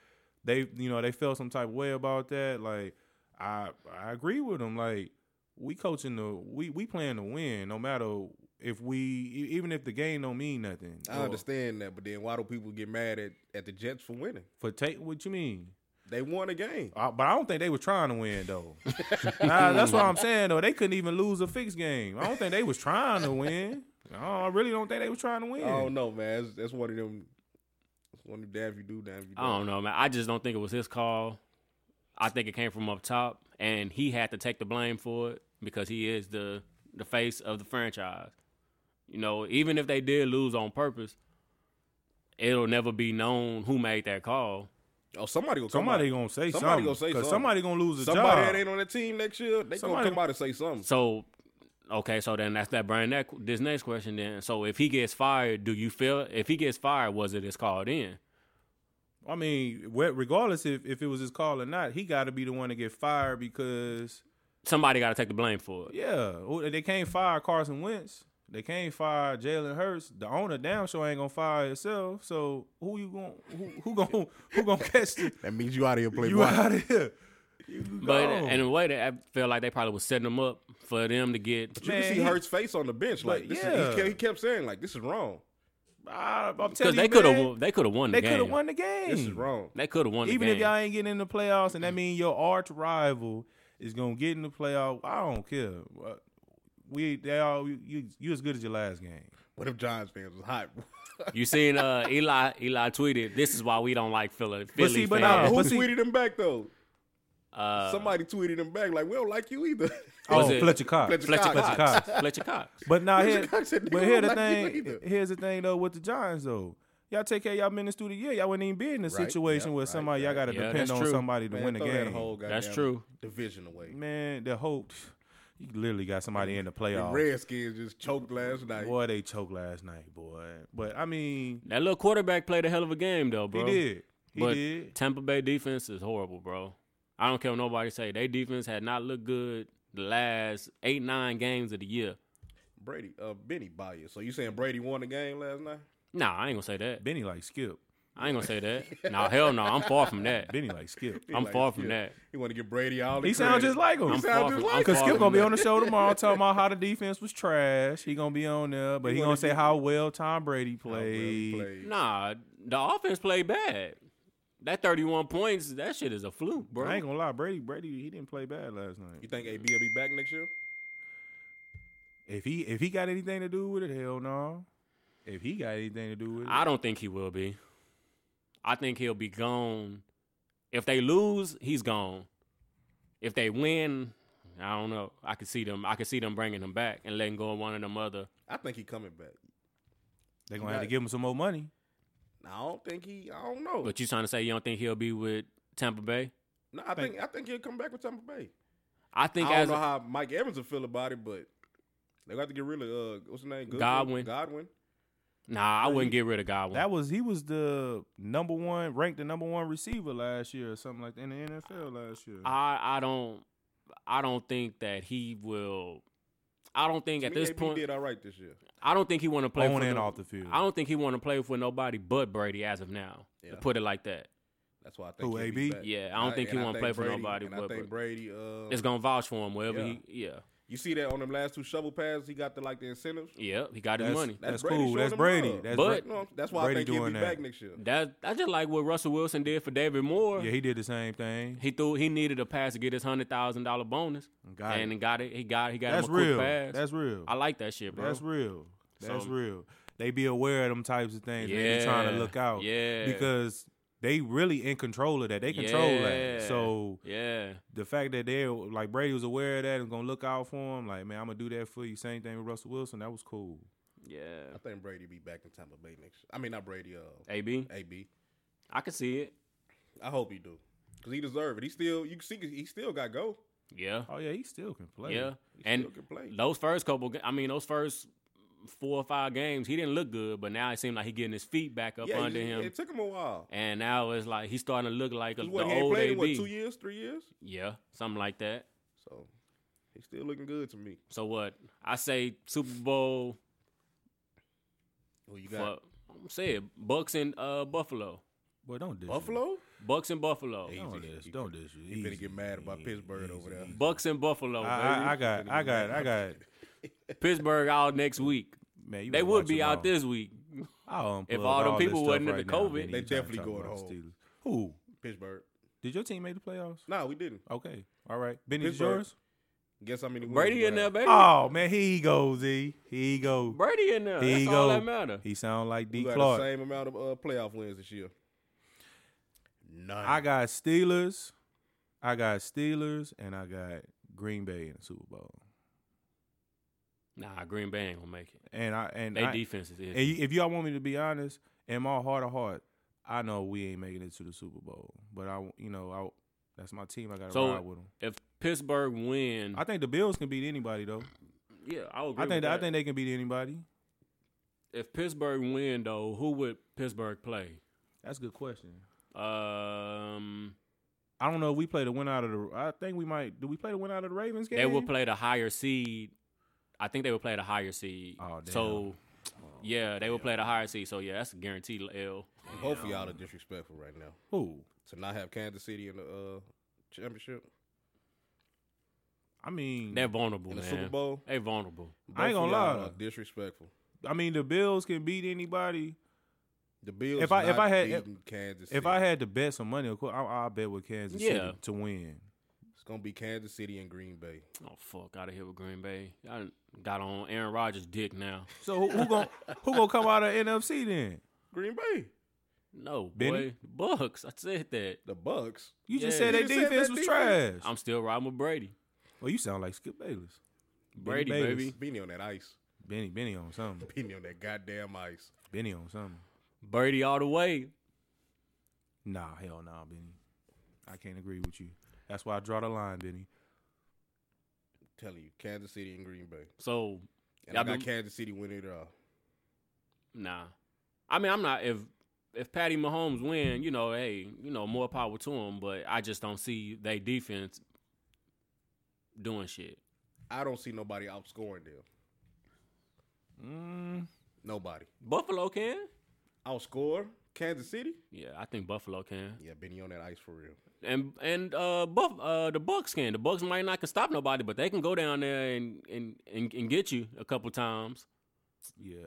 Speaker 3: they you know they felt some type of way about that. Like I I agree with them. Like we coaching the we we playing to win no matter if we e- even if the game don't mean nothing.
Speaker 2: I
Speaker 3: Or-
Speaker 2: understand that, but then why do people get mad at, at the Jets for winning?
Speaker 3: for take what you mean.
Speaker 2: They won a game.
Speaker 3: I, but I don't think they were trying to win though. Nah, that's what I'm saying though. They couldn't even lose a fixed game. I don't think they was trying to win. No, I really don't think they was trying to win.
Speaker 2: I don't know, man. That's, that's one of them. It's one of them. Damn, if you do, damn, if you do.
Speaker 1: I don't know, man. I just don't think it was his call. I think it came from up top, and he had to take the blame for it because he is the the face of the franchise. You know, even if they did lose on purpose, it'll never be known who made that call.
Speaker 2: Oh, somebody gonna come
Speaker 3: Somebody
Speaker 2: out.
Speaker 3: gonna say
Speaker 2: Somebody
Speaker 3: something.
Speaker 2: gonna say
Speaker 3: 'cause
Speaker 2: something.
Speaker 3: Somebody gonna lose a
Speaker 2: somebody
Speaker 3: job.
Speaker 2: that ain't on that team next year. They
Speaker 3: Somebody-
Speaker 2: gonna come out and say something.
Speaker 1: So, okay, so then that's that bring that this next question then. So if he gets fired, do you feel if he gets fired, was it his call then?
Speaker 3: I mean, wh- regardless if, if it was his call or not, he got to be the one to get fired because
Speaker 1: Somebody got to take the blame for it.
Speaker 3: yeah, who- they can't fire Carson Wentz, they can't fire Jalen Hurts. The owner damn sure ain't gonna fire itself. So who you going who who gonna who gonna catch the
Speaker 2: That means you out of your play.
Speaker 3: you out of here? You
Speaker 1: But
Speaker 3: gone.
Speaker 1: in a way, that I feel like they probably was setting him up for them to get
Speaker 2: You
Speaker 3: Man,
Speaker 2: can see
Speaker 3: he-
Speaker 2: Hurts' face on the bench.
Speaker 3: But
Speaker 2: Like this
Speaker 3: yeah.
Speaker 2: is, he kept, he kept saying like this is wrong.
Speaker 3: I, I'm
Speaker 1: because
Speaker 3: telling
Speaker 1: they
Speaker 3: you,
Speaker 1: could
Speaker 3: man,
Speaker 1: have they could have won the
Speaker 3: they
Speaker 1: game.
Speaker 3: could have won the game.
Speaker 2: This is wrong.
Speaker 1: They could have won.
Speaker 3: Even
Speaker 1: the
Speaker 3: if
Speaker 1: game.
Speaker 3: y'all ain't getting in the playoffs, and that mean your arch rival is gonna get in the playoff. I don't care. Uh, We they all you- you you as good as your last game.
Speaker 2: What if Giants fans was hot?
Speaker 1: you seen uh, Eli Eli tweeted, "This is why we don't like Philly." Philly
Speaker 3: see, but
Speaker 1: fans."
Speaker 3: nah,
Speaker 2: Who
Speaker 3: but see-
Speaker 2: tweeted him back though?
Speaker 1: uh,
Speaker 2: Somebody tweeted him back like we don't like you either.
Speaker 1: Was
Speaker 3: oh,
Speaker 1: it-
Speaker 3: Fletcher Cox.
Speaker 2: Fletcher
Speaker 1: Fletcher
Speaker 2: Cox.
Speaker 1: Cox.
Speaker 3: Cox.
Speaker 1: Fletcher Cox.
Speaker 3: But now
Speaker 2: Fletcher
Speaker 3: here,
Speaker 2: Cox said they
Speaker 3: but
Speaker 2: don't
Speaker 3: here the
Speaker 2: like you
Speaker 3: thing.
Speaker 2: either.
Speaker 3: Here's the thing though with the Giants though. Y'all take care of y'all men in studio. Yeah, y'all wouldn't even be in a
Speaker 2: Right,
Speaker 3: situation
Speaker 2: yeah,
Speaker 3: where
Speaker 2: right,
Speaker 3: somebody y'all
Speaker 2: right.
Speaker 3: gotta
Speaker 1: Yeah,
Speaker 3: depend
Speaker 1: that's
Speaker 3: on
Speaker 1: true.
Speaker 3: somebody to
Speaker 2: Man,
Speaker 3: win the
Speaker 2: throw that
Speaker 3: game.
Speaker 2: whole
Speaker 1: That's
Speaker 2: goddamn
Speaker 1: true.
Speaker 2: Division away.
Speaker 3: Man, the whole you literally got somebody in the
Speaker 2: The
Speaker 3: playoffs.
Speaker 2: Redskins just choked last night.
Speaker 3: Boy, they choked last night, boy. But I mean,
Speaker 1: That little quarterback played a hell of a game though, bro.
Speaker 3: he did. He
Speaker 1: but
Speaker 3: did.
Speaker 1: Tampa Bay defense is horrible, bro. I don't care what nobody say. Their defense had not looked good the last eight nine games of the year.
Speaker 2: Brady, uh, Benny Bias. So you saying Brady won the game last night?
Speaker 1: Nah, I ain't gonna say that.
Speaker 3: Benny like Skip.
Speaker 1: I ain't gonna say that. nah, hell no. I'm far from that.
Speaker 3: Benny like Skip.
Speaker 1: I'm
Speaker 2: like,
Speaker 1: far from
Speaker 2: yeah.
Speaker 1: that.
Speaker 2: He want to give Brady all the
Speaker 3: He sounds
Speaker 2: credit.
Speaker 3: just like him.
Speaker 1: I'm
Speaker 2: sound
Speaker 1: far
Speaker 2: just
Speaker 1: from,
Speaker 2: like
Speaker 1: I'm
Speaker 2: him.
Speaker 3: Cause
Speaker 1: far
Speaker 3: Skip
Speaker 1: from
Speaker 3: gonna be
Speaker 1: that.
Speaker 3: on the show tomorrow talking about how the defense was trash. He gonna be on there, but he,
Speaker 2: He
Speaker 3: gonna
Speaker 2: wanna
Speaker 3: say
Speaker 2: be-
Speaker 3: how well Tom Brady
Speaker 2: How well he
Speaker 3: played.
Speaker 2: played.
Speaker 1: Nah, the offense played bad. That 31 points, that shit is a fluke, bro.
Speaker 3: I ain't gonna lie, Brady. Brady he didn't play bad last
Speaker 2: You
Speaker 3: night.
Speaker 2: think AB will be back next year?
Speaker 3: If he if he got anything to do with it, hell no. If he got anything to do with it,
Speaker 1: I don't think he will be. I think he'll be gone. If they lose, he's gone. If they win, I don't know. I could see them. I could see them bringing him back and letting go of one of them other.
Speaker 2: I think he coming back.
Speaker 3: they're gonna have to give him some more money.
Speaker 2: No, I don't think he. I don't know.
Speaker 1: But you trying to say you don't think he'll be with Tampa Bay?
Speaker 2: no, I think I think he'll come back with Tampa Bay.
Speaker 1: I think
Speaker 2: I
Speaker 1: as
Speaker 2: don't know
Speaker 1: a-
Speaker 2: how Mike Evans will feel about it, but they got to get rid of uh, what's his name? Goodwin?
Speaker 1: Godwin.
Speaker 2: Godwin.
Speaker 1: nah, I wouldn't get rid of Godwin.
Speaker 3: That was he was the number one ranked the number one receiver last year or something like that in the NFL last year.
Speaker 1: I I don't I don't think that he will. I don't think
Speaker 2: To
Speaker 1: at
Speaker 2: me,
Speaker 1: this
Speaker 2: AB
Speaker 1: point.
Speaker 2: did all right this year.
Speaker 1: I don't think he want to play
Speaker 3: On
Speaker 1: for
Speaker 3: and
Speaker 1: no-
Speaker 3: off the field.
Speaker 1: I don't think he want to play for nobody but Brady as of now. To
Speaker 2: Yeah.
Speaker 1: put it like that,
Speaker 2: That's why I think
Speaker 3: Who,
Speaker 2: he'll be
Speaker 3: AB?
Speaker 2: back. Uh,
Speaker 1: Yeah, I don't think he
Speaker 2: and
Speaker 1: wanna play for
Speaker 2: Brady-
Speaker 1: nobody,
Speaker 2: And
Speaker 1: but-
Speaker 2: I think
Speaker 1: but-
Speaker 2: Brady. Uh,
Speaker 1: it's gonna vouch for him wherever
Speaker 2: Yeah.
Speaker 1: he. Yeah,
Speaker 2: you see that on them last two shovel pads, he got the like the incentives.
Speaker 1: yeah, he got his
Speaker 3: That's-
Speaker 1: money.
Speaker 3: That's
Speaker 2: Brady
Speaker 3: cool.
Speaker 2: showing
Speaker 3: That's
Speaker 2: them
Speaker 3: Brady.
Speaker 2: love.
Speaker 3: That's
Speaker 1: But-
Speaker 3: Bra-
Speaker 2: No, that's why I
Speaker 3: Brady
Speaker 2: think he'll
Speaker 3: doing
Speaker 2: be
Speaker 3: that.
Speaker 2: back next year.
Speaker 1: That that's just like what Russell Wilson did for David Moore.
Speaker 3: yeah, he did the same thing.
Speaker 1: He threw. He needed a pass to get his hundred thousand dollar bonus,
Speaker 3: Got
Speaker 1: and
Speaker 3: it.
Speaker 1: got it. He got. He got
Speaker 3: That's
Speaker 1: him a quick
Speaker 3: real.
Speaker 1: pass.
Speaker 3: That's real.
Speaker 1: I like that shit, bro.
Speaker 3: That's real. That's
Speaker 1: So-
Speaker 3: real. They be aware of them types of things. Yeah. They be trying to
Speaker 1: Yeah.
Speaker 3: look out.
Speaker 1: Yeah.
Speaker 3: Because they really in control of that. They control that.
Speaker 1: Yeah.
Speaker 3: So
Speaker 1: yeah,
Speaker 3: the fact that they like Brady was aware of that and gonna look out for him, like, man, I'm gonna do that for you. Same thing with Russell Wilson. That was cool.
Speaker 1: yeah.
Speaker 2: I think Brady be back in Tampa Bay next. year. I mean, not Brady. Uh,
Speaker 1: AB,
Speaker 2: AB.
Speaker 1: I can see it.
Speaker 2: I hope he do. because he deserved it. He still, you can see, he still got go.
Speaker 1: Yeah,
Speaker 3: Oh yeah, he still can play.
Speaker 1: yeah.
Speaker 2: He
Speaker 1: And
Speaker 2: still can play.
Speaker 1: those first couple, ga- I mean, those first four or five games, he didn't look good, but now it seemed like he getting his feet back up
Speaker 2: yeah, he
Speaker 1: under
Speaker 2: just-
Speaker 1: him,
Speaker 2: It took him a while.
Speaker 1: and now it's like he's starting to look like a,
Speaker 2: He
Speaker 1: the
Speaker 2: what, he ain't
Speaker 1: old
Speaker 2: played in what
Speaker 1: AB.
Speaker 2: two years, three years.
Speaker 1: yeah, something like that.
Speaker 2: So he's still looking good to me.
Speaker 1: So what? I say Super Bowl.
Speaker 2: Who you
Speaker 1: For, I'm saying Bucks and uh, Buffalo.
Speaker 3: Boy, don't diss
Speaker 2: Buffalo?
Speaker 1: Bucks and Buffalo.
Speaker 3: You. Don't diss. Don't diss you.
Speaker 2: You better
Speaker 3: Easy.
Speaker 2: get mad about Pittsburgh over there.
Speaker 1: Bucks and Buffalo.
Speaker 3: I,
Speaker 1: baby.
Speaker 3: I, I got, I got, I got.
Speaker 1: Pittsburgh out next week.
Speaker 3: Man, you
Speaker 1: They
Speaker 3: better
Speaker 1: would
Speaker 3: watch
Speaker 1: be
Speaker 3: your
Speaker 1: out
Speaker 3: mouth.
Speaker 1: this week.
Speaker 3: I'll unplug
Speaker 1: If all them
Speaker 3: this
Speaker 1: people
Speaker 3: stuff
Speaker 1: wasn't into
Speaker 3: right now,
Speaker 1: COVID,
Speaker 2: They
Speaker 3: Vinny. You trying to
Speaker 2: definitely
Speaker 3: talk
Speaker 2: going
Speaker 3: about the
Speaker 2: home.
Speaker 3: Steelers. Who?
Speaker 2: Pittsburgh.
Speaker 3: Did your team make the playoffs?
Speaker 2: Nah, we didn't.
Speaker 3: Okay. All right. Benny is
Speaker 2: Pittsburgh.
Speaker 3: yours?
Speaker 2: Guess how many? wins
Speaker 1: Brady
Speaker 2: we
Speaker 1: in there,
Speaker 2: have?
Speaker 1: baby.
Speaker 3: Oh, man. Here he goes, Z. Here he goes.
Speaker 1: Brady in there.
Speaker 3: Here
Speaker 1: That's
Speaker 3: he
Speaker 1: all
Speaker 3: go.
Speaker 1: that matter.
Speaker 3: He sound like D.
Speaker 2: You got
Speaker 3: Clark.
Speaker 2: the same amount of uh, playoff wins this year. None.
Speaker 3: I got Steelers. I got Steelers, and I got Green Bay in the Super Bowl.
Speaker 1: Nah, Green Bay ain't gonna make it.
Speaker 3: And I and
Speaker 1: They
Speaker 3: I,
Speaker 1: defense is
Speaker 3: and you- if y'all want me to be honest, in my heart of heart, I know we ain't making it to the Super Bowl. But I, you know, I that's my team. I got to
Speaker 1: So-
Speaker 3: ride with them.
Speaker 1: If Pittsburgh win,
Speaker 3: I think the Bills can beat anybody though.
Speaker 1: yeah, I would agree.
Speaker 3: I
Speaker 1: with
Speaker 3: think that. I
Speaker 1: that.
Speaker 3: think they can beat anybody.
Speaker 1: if Pittsburgh win though, who would Pittsburgh play?
Speaker 3: That's a good question.
Speaker 1: Um,
Speaker 3: I don't know. if We play the win out of the. I think we might. Do we play the win out of the Ravens game?
Speaker 1: they would play the higher seed. I think they would play the higher seed.
Speaker 3: Oh, damn. Oh,
Speaker 1: So yeah, they would play the higher seed. So yeah, that's a guaranteed L.
Speaker 2: Both of y'all are disrespectful right now
Speaker 3: Who?
Speaker 2: to not have Kansas City in the uh, championship
Speaker 3: I mean,
Speaker 1: They're vulnerable,
Speaker 2: in the
Speaker 1: man.
Speaker 2: Super Bowl.
Speaker 1: They vulnerable.
Speaker 3: I ain't
Speaker 2: Both of
Speaker 3: gonna
Speaker 2: y'all
Speaker 3: lie.
Speaker 2: are disrespectful.
Speaker 3: I mean, the Bills can beat anybody.
Speaker 2: The Bills.
Speaker 3: If I- if
Speaker 2: not
Speaker 3: I had-
Speaker 2: beating Kansas,
Speaker 3: If
Speaker 2: City.
Speaker 3: I had to bet some money, of course, I, I'll bet with Kansas
Speaker 1: Yeah.
Speaker 3: City to win.
Speaker 2: it's gonna be Kansas City and Green Bay.
Speaker 1: Oh fuck, out of here with Green Bay. I done got on Aaron Rodgers' dick now.
Speaker 3: So who, who gonna who gonna come out of NFC then?
Speaker 2: Green Bay,
Speaker 1: No,
Speaker 3: Benny?
Speaker 1: boy, Bucks. I said that.
Speaker 2: the Bucks.
Speaker 3: You just
Speaker 1: Yeah.
Speaker 3: said their
Speaker 2: You said
Speaker 3: defense
Speaker 2: that
Speaker 3: was
Speaker 2: defense.
Speaker 3: trash.
Speaker 1: I'm still riding with Brady.
Speaker 3: well, you sound like Skip Bayless.
Speaker 1: Brady,
Speaker 3: Bayless.
Speaker 1: baby.
Speaker 2: Beanie on that ice.
Speaker 3: Benny, Benny on something.
Speaker 2: Beanie on that goddamn ice.
Speaker 3: Benny on something.
Speaker 1: Brady all the way.
Speaker 3: Nah, hell nah, Benny. I can't agree with you. That's why I draw the line, Benny.
Speaker 2: I'm telling you, Kansas City and Green Bay.
Speaker 1: So
Speaker 2: And
Speaker 1: Y'all
Speaker 2: I got
Speaker 1: been-
Speaker 2: Kansas City winning it all.
Speaker 1: nah. I mean, I'm not if if Patty Mahomes win, you know, hey, you know, more power to him. But I just don't see they defense doing shit.
Speaker 2: I don't see nobody outscoring them.
Speaker 3: Mm,
Speaker 2: Nobody
Speaker 1: Buffalo can.
Speaker 2: outscore Kansas City.
Speaker 1: Yeah, I think Buffalo can,
Speaker 2: Yeah, Benny on that ice for real.
Speaker 1: and and uh, Buff uh, the Bucks can. The Bucks might not can stop nobody, but they can go down there and and and, and get you a couple times.
Speaker 3: yeah.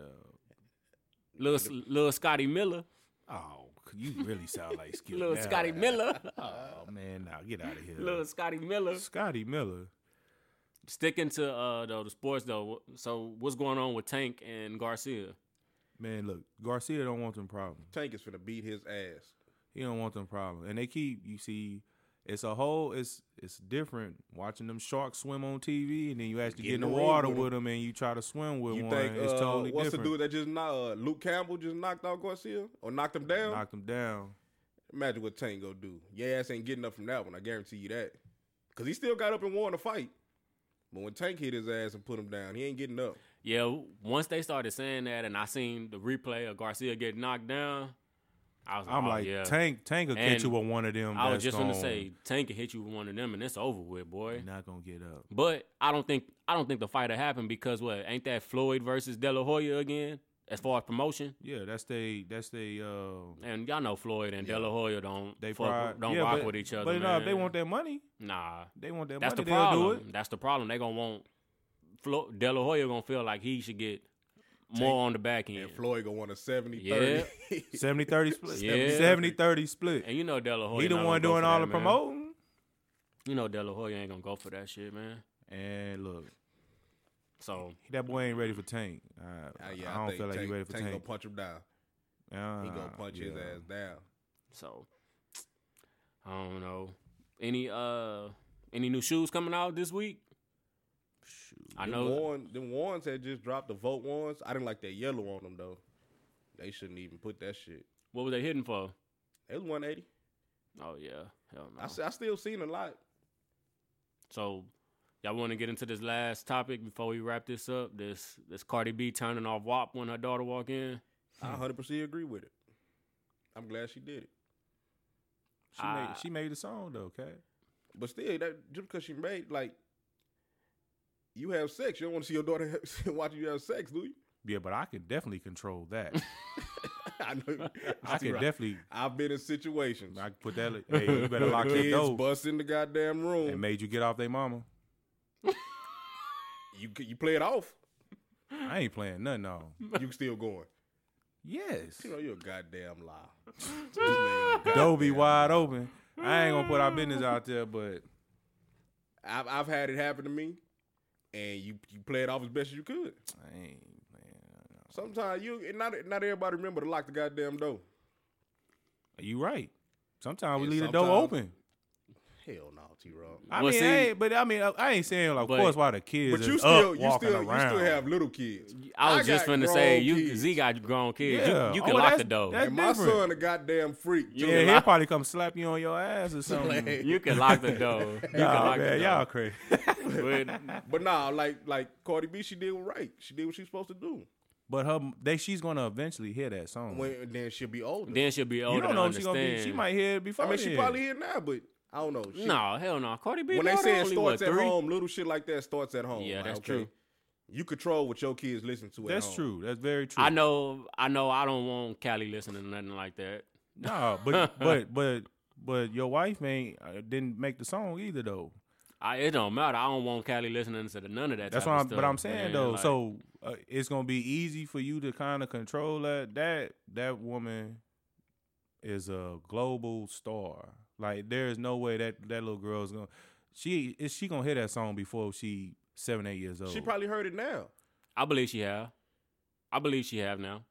Speaker 1: Little little Scotty Miller,
Speaker 3: Oh, you really sound like Skip.
Speaker 1: little
Speaker 3: Nah.
Speaker 1: Scotty Miller,
Speaker 3: Oh man, nah, get out of here.
Speaker 1: little Scotty Miller.
Speaker 3: Scotty Miller.
Speaker 1: Sticking to uh though the sports though. So what's going on with Tank and Garcia?
Speaker 3: Man, look, Garcia don't want them problems.
Speaker 2: Tank is finna beat his ass.
Speaker 3: He don't want them problems. And they keep you see, it's a whole it's it's different watching them sharks swim on TV and then you actually
Speaker 2: Get
Speaker 3: get in the
Speaker 2: in the ring
Speaker 3: water
Speaker 2: with
Speaker 3: with them and you try to swim with
Speaker 2: You
Speaker 3: one.
Speaker 2: think
Speaker 3: it's
Speaker 2: uh,
Speaker 3: totally
Speaker 2: what's
Speaker 3: different.
Speaker 2: the dude that just knocked uh, Luke Campbell just knocked out Garcia or knocked him down?
Speaker 3: Knock them down.
Speaker 2: Imagine what Tank gonna do. Your ass ain't getting up from that one. I guarantee you that. Cause he still got up and won the fight. But when Tank hit his ass and put him down, he ain't getting up.
Speaker 1: Yeah, w- once they started saying that, and I seen the replay of Garcia get knocked down, I was like,
Speaker 3: I'm
Speaker 1: oh,
Speaker 3: like
Speaker 1: yeah.
Speaker 3: Tank. Tank will
Speaker 1: And
Speaker 3: catch you with one of them.
Speaker 1: I was
Speaker 3: that's
Speaker 1: just gonna
Speaker 3: gone.
Speaker 1: say Tank can hit you with one of them, and it's over with, boy.
Speaker 3: You're not gonna get up.
Speaker 1: But I don't think I don't think the fight will happen because what ain't that Floyd versus De La Hoya again as far as promotion?
Speaker 3: Yeah, that's they. That's they. Uh,
Speaker 1: And y'all know Floyd and De La Hoya don't
Speaker 3: they
Speaker 1: fuck,
Speaker 3: pride-
Speaker 1: don't
Speaker 3: yeah,
Speaker 1: rock
Speaker 3: but-
Speaker 1: with each other.
Speaker 3: But
Speaker 1: man.
Speaker 3: if they want that money,
Speaker 1: nah.
Speaker 3: they want that
Speaker 1: That's the
Speaker 3: money. they'll do
Speaker 1: problem.
Speaker 3: it.
Speaker 1: That's the problem. They gonna want Flo- De La Hoya gonna feel like he should get more on the back end.
Speaker 2: And Floyd gonna want a 70 30.
Speaker 3: 70 30 split.
Speaker 1: Yeah.
Speaker 3: 70 30 split.
Speaker 1: And you know De La Hoya.
Speaker 3: he the
Speaker 1: not gonna
Speaker 3: one
Speaker 1: go
Speaker 3: doing
Speaker 1: for
Speaker 3: all
Speaker 1: that,
Speaker 3: the
Speaker 1: man.
Speaker 3: promoting.
Speaker 1: You know De La Hoya ain't gonna go for that shit, man.
Speaker 3: And look,
Speaker 1: So
Speaker 3: that boy ain't ready for Tank. I,
Speaker 2: Ah, yeah,
Speaker 3: I don't
Speaker 2: think
Speaker 3: feel like
Speaker 2: Tank,
Speaker 3: he ready for
Speaker 2: Tank
Speaker 3: Tank.
Speaker 2: gonna punch him down. He gonna
Speaker 3: Ah,
Speaker 2: punch his
Speaker 3: yeah.
Speaker 2: ass down.
Speaker 1: so I don't know. Any uh any new shoes coming out this week? I
Speaker 2: Them
Speaker 1: know
Speaker 2: Warren, them Warrens had just dropped the vote ones. I didn't like that yellow on them though. They shouldn't even put that shit.
Speaker 1: what were they hitting for?
Speaker 2: It was 180.
Speaker 1: Oh yeah, hell no.
Speaker 2: I, s- I still seen a lot.
Speaker 1: So, y'all want to get into this last topic before we wrap this up? This this Cardi B turning off WAP when her daughter walk in.
Speaker 3: Hmm.
Speaker 2: I 100% agree with it. I'm glad she did it.
Speaker 3: She
Speaker 1: Ah.
Speaker 3: made she made the song though, okay?
Speaker 2: But still, that just because she made like you have sex, you don't want to see your daughter have, watching you have sex, do you?
Speaker 3: Yeah, but I can definitely control that.
Speaker 2: I know.
Speaker 3: I can definitely
Speaker 2: I've been in situations.
Speaker 3: I can put that li- hey, you better lock
Speaker 2: Kids
Speaker 3: your door.
Speaker 2: bust in the goddamn room.
Speaker 3: And made you get off their mama.
Speaker 2: you you play it off.
Speaker 3: I ain't playing nothing on.
Speaker 2: You still going?
Speaker 3: Yes.
Speaker 2: You know you're a goddamn liar. This nigga a goddamn
Speaker 3: Door be
Speaker 2: liar.
Speaker 3: wide open. I ain't gonna put our business out there, but
Speaker 2: I've, I've had it happen to me, and you you play it off as best as you could.
Speaker 3: I ain't playing.
Speaker 2: Sometimes you and not not everybody remember to lock the goddamn door.
Speaker 3: You right. Sometimes we
Speaker 2: Yeah,
Speaker 3: leave the door
Speaker 2: sometimes.
Speaker 3: open.
Speaker 2: Hell no, T. Rob.
Speaker 3: I
Speaker 1: Well,
Speaker 3: mean,
Speaker 1: see-
Speaker 3: hey, but I mean, I, I ain't saying like, of
Speaker 1: But-
Speaker 3: course, why the kids
Speaker 2: But
Speaker 3: is
Speaker 2: you
Speaker 3: up
Speaker 2: still you
Speaker 3: walking
Speaker 2: still
Speaker 3: around.
Speaker 2: you still have little kids.
Speaker 1: I was just
Speaker 2: got
Speaker 1: finna
Speaker 2: grown
Speaker 1: say you
Speaker 2: kids.
Speaker 1: Z got grown kids.
Speaker 3: Yeah.
Speaker 1: You, you
Speaker 3: Oh,
Speaker 1: can
Speaker 3: well,
Speaker 1: lock the
Speaker 3: that's-
Speaker 1: door.
Speaker 3: that's-
Speaker 2: And my
Speaker 3: different.
Speaker 2: son a goddamn freak. too.
Speaker 3: yeah,
Speaker 1: can
Speaker 3: he'll
Speaker 1: lock-
Speaker 3: probably come slap you on your ass or something.
Speaker 1: You can lock the door. You can
Speaker 3: Nah,
Speaker 1: lock
Speaker 3: man,
Speaker 1: the
Speaker 3: y'all
Speaker 1: door.
Speaker 3: crazy.
Speaker 1: But-
Speaker 2: But nah, like like Cardi B, she did right. She did what she's supposed to do.
Speaker 3: But her, they, she's gonna eventually hear that song.
Speaker 2: When and then she'll be older.
Speaker 1: then she'll be older.
Speaker 3: you don't know if
Speaker 1: to
Speaker 3: she's gonna be. She
Speaker 1: understand.
Speaker 3: might hear it before.
Speaker 2: I mean, she
Speaker 3: then.
Speaker 2: probably here now, but I don't know. She-
Speaker 1: No, hell no. Cardi B.
Speaker 2: When they
Speaker 1: daughter
Speaker 2: say it
Speaker 1: only,
Speaker 2: starts
Speaker 1: what,
Speaker 2: at
Speaker 1: three?
Speaker 2: home, little shit like that starts at home.
Speaker 1: Yeah,
Speaker 2: Like,
Speaker 1: that's
Speaker 2: okay,
Speaker 1: true.
Speaker 2: You control what your kids listen to. at
Speaker 3: That's
Speaker 2: home.
Speaker 3: true. That's very true.
Speaker 1: I know. I know. I don't want Callie listening to nothing like that.
Speaker 3: No, but but but but your wife ain't uh, didn't make the song either though.
Speaker 1: I, it don't matter. I don't want Callie listening to none of that.
Speaker 3: That's
Speaker 1: type
Speaker 3: what
Speaker 1: of
Speaker 3: I'm. But
Speaker 1: stuff,
Speaker 3: I'm saying
Speaker 1: man.
Speaker 3: though,
Speaker 1: Like,
Speaker 3: so uh, it's gonna be easy for you to kind of control that. That that woman is a global star. Like there is no way that that little girl is gonna. She is she gonna hear that song before she seven eight years old.
Speaker 2: She probably heard it now.
Speaker 1: I believe she have. I believe she have now.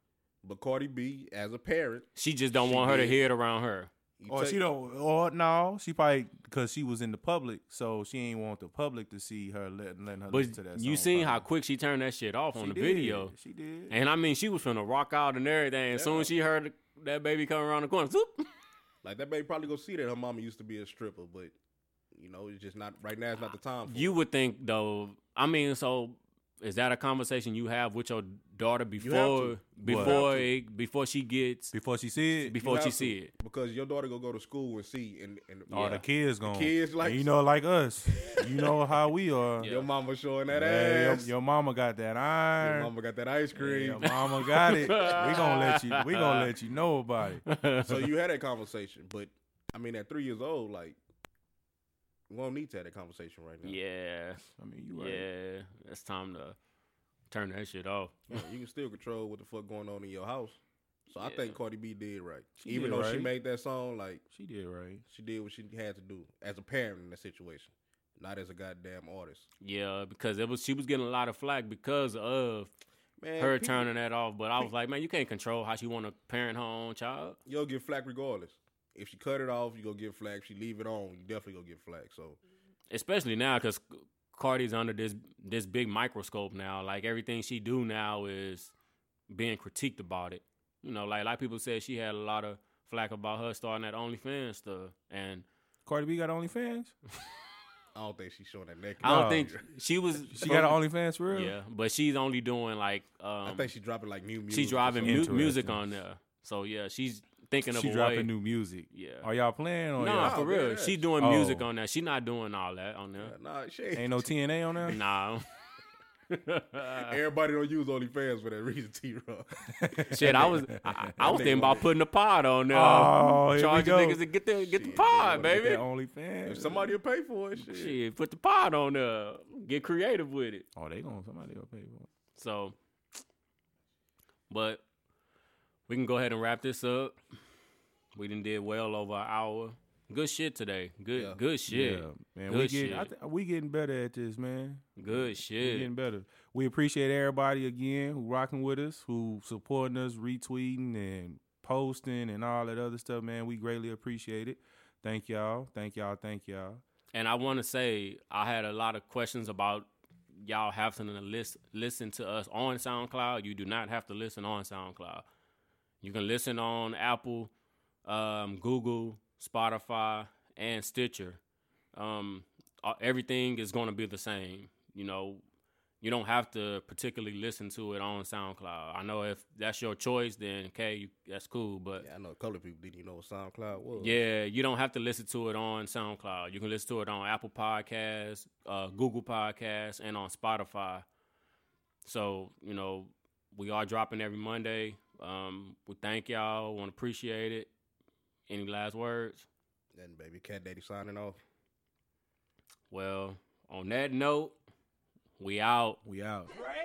Speaker 2: But Cardi B, as a parent,
Speaker 1: She just don't
Speaker 2: She
Speaker 1: want her to
Speaker 2: did.
Speaker 1: hear it around her.
Speaker 2: you
Speaker 3: Or
Speaker 2: take-
Speaker 3: she don't. Or no, she probably because she was in the public, so she ain't want the public to see her letting letting her listen to that.
Speaker 1: But you
Speaker 3: song
Speaker 1: seen
Speaker 3: probably.
Speaker 1: how quick she turned that shit off on
Speaker 3: She
Speaker 1: the
Speaker 3: did.
Speaker 1: video.
Speaker 3: She did.
Speaker 1: And I mean, she was finna rock out and everything. As soon as she heard that baby coming around the corner, zoop.
Speaker 2: like that baby probably go see that her mama used to be a stripper, but you know it's just not right now. It's not the time. For
Speaker 1: You
Speaker 2: it.
Speaker 1: would think though. I mean, so is that a conversation you have with your daughter
Speaker 2: You have
Speaker 1: before
Speaker 2: to.
Speaker 1: before
Speaker 2: to.
Speaker 1: it, before she gets
Speaker 3: before she see it,
Speaker 1: before
Speaker 2: have
Speaker 1: she
Speaker 2: to.
Speaker 1: see it?
Speaker 2: because your daughter gonna go to school and see, and, and
Speaker 3: all
Speaker 1: Yeah.
Speaker 3: the kids gone.
Speaker 2: kids
Speaker 3: And
Speaker 2: like-
Speaker 3: you know, like us. you know how we are.
Speaker 1: Yeah.
Speaker 2: your mama showing that
Speaker 3: Hey, your,
Speaker 2: ass.
Speaker 3: your mama got that iron.
Speaker 2: Your mama got that ice
Speaker 3: Yeah,
Speaker 2: cream.
Speaker 3: your mama got it. we gonna let you. We gonna let you know about it.
Speaker 2: so you had that conversation, but I mean, at three years old, like we don't need to have that conversation right now.
Speaker 1: Yeah,
Speaker 3: I mean, you right.
Speaker 1: yeah. It's time to turn that shit off.
Speaker 2: Yeah, you can still control what the fuck going on in your house. So I
Speaker 1: Yeah.
Speaker 2: think Cardi B did right,
Speaker 3: She
Speaker 2: even
Speaker 3: did
Speaker 2: though she
Speaker 3: right.
Speaker 2: made that song. Like
Speaker 3: She did right.
Speaker 2: she did what she had to do as a parent in that situation, not as a goddamn artist.
Speaker 1: Yeah, because it was she was getting a lot of flack because of
Speaker 2: Man,
Speaker 1: her
Speaker 2: people-
Speaker 1: turning that off. But I was like, man, you can't control how she want to parent her own child.
Speaker 2: You'll get flack regardless. If she cut it off, you gonna get flack. If she leave it on, you definitely gonna get flack. So
Speaker 1: especially now because Cardi's under this this big microscope now. Like everything she do now is being critiqued about it. You know, like a lot of people said she had a lot of flack about her starting that OnlyFans stuff, and
Speaker 3: Cardi B got OnlyFans.
Speaker 2: I don't think she's showing that naked.
Speaker 1: I
Speaker 3: Oh.
Speaker 1: don't think she was.
Speaker 3: She got an OnlyFans for real.
Speaker 1: Oh, Yeah, but she's only doing like um,
Speaker 2: I think she's dropping like new music.
Speaker 1: she's
Speaker 2: or
Speaker 1: driving
Speaker 2: something.
Speaker 1: mu- music
Speaker 3: Interesting.
Speaker 1: on there. So yeah, she's thinking of
Speaker 3: She
Speaker 1: a
Speaker 3: dropping
Speaker 1: way.
Speaker 3: new music.
Speaker 1: yeah.
Speaker 3: Are y'all playing or
Speaker 1: Nah,
Speaker 3: y'all-
Speaker 1: for
Speaker 2: Oh,
Speaker 1: real.
Speaker 2: yeah,
Speaker 1: She
Speaker 2: that's-
Speaker 1: doing music
Speaker 3: Oh.
Speaker 1: on that. She not doing all that on there.
Speaker 2: Nah, she ain't.
Speaker 3: ain't no TNA on there?
Speaker 1: Nah.
Speaker 2: Everybody don't use OnlyFans for that reason, T Rock.
Speaker 1: Shit, I was I, I was thinking about putting a pod on there.
Speaker 3: Oh, here we
Speaker 1: Charging
Speaker 3: go.
Speaker 1: niggas to get the get the
Speaker 2: Shit,
Speaker 1: pod,
Speaker 2: man,
Speaker 3: Get
Speaker 1: baby.
Speaker 3: that OnlyFans.
Speaker 2: if somebody will pay for it, shit.
Speaker 1: Shit, put the pod on there. Get creative with it.
Speaker 3: oh, they gonna somebody gonna pay for it.
Speaker 1: So, but we can go ahead and wrap this up. We done did well over an hour. Good shit today. Good
Speaker 2: Yeah.
Speaker 1: good shit.
Speaker 3: man. we
Speaker 1: Good
Speaker 3: getting, I
Speaker 1: shit.
Speaker 3: thi- we getting better at this, man.
Speaker 1: Good
Speaker 3: we
Speaker 1: shit.
Speaker 3: getting better. We appreciate everybody again who rocking with us, who supporting us, retweeting and posting and all that other stuff, man. We greatly appreciate it. Thank y'all. Thank y'all. Thank y'all.
Speaker 1: And I want to say I had a lot of questions about y'all having to list, listen to us on SoundCloud. You do not have to listen on SoundCloud. You can listen on Apple, um, Google, Spotify, and Stitcher. Um, uh, everything is going to be the same. You know, you don't have to particularly listen to it on SoundCloud. I know if that's your choice, then okay, you, that's cool. But
Speaker 2: Yeah, I know colored people didn't even know what SoundCloud was.
Speaker 1: uh, yeah, you don't have to listen to it on SoundCloud. You can listen to it on Apple Podcasts, uh, Google Podcasts, and on Spotify. So, you know, we are dropping every Monday. Um, we thank y'all. Want to appreciate it. Any last words?
Speaker 2: And baby Cat Daddy signing off.
Speaker 1: Well, on that note, we out.
Speaker 3: We out.
Speaker 4: Right.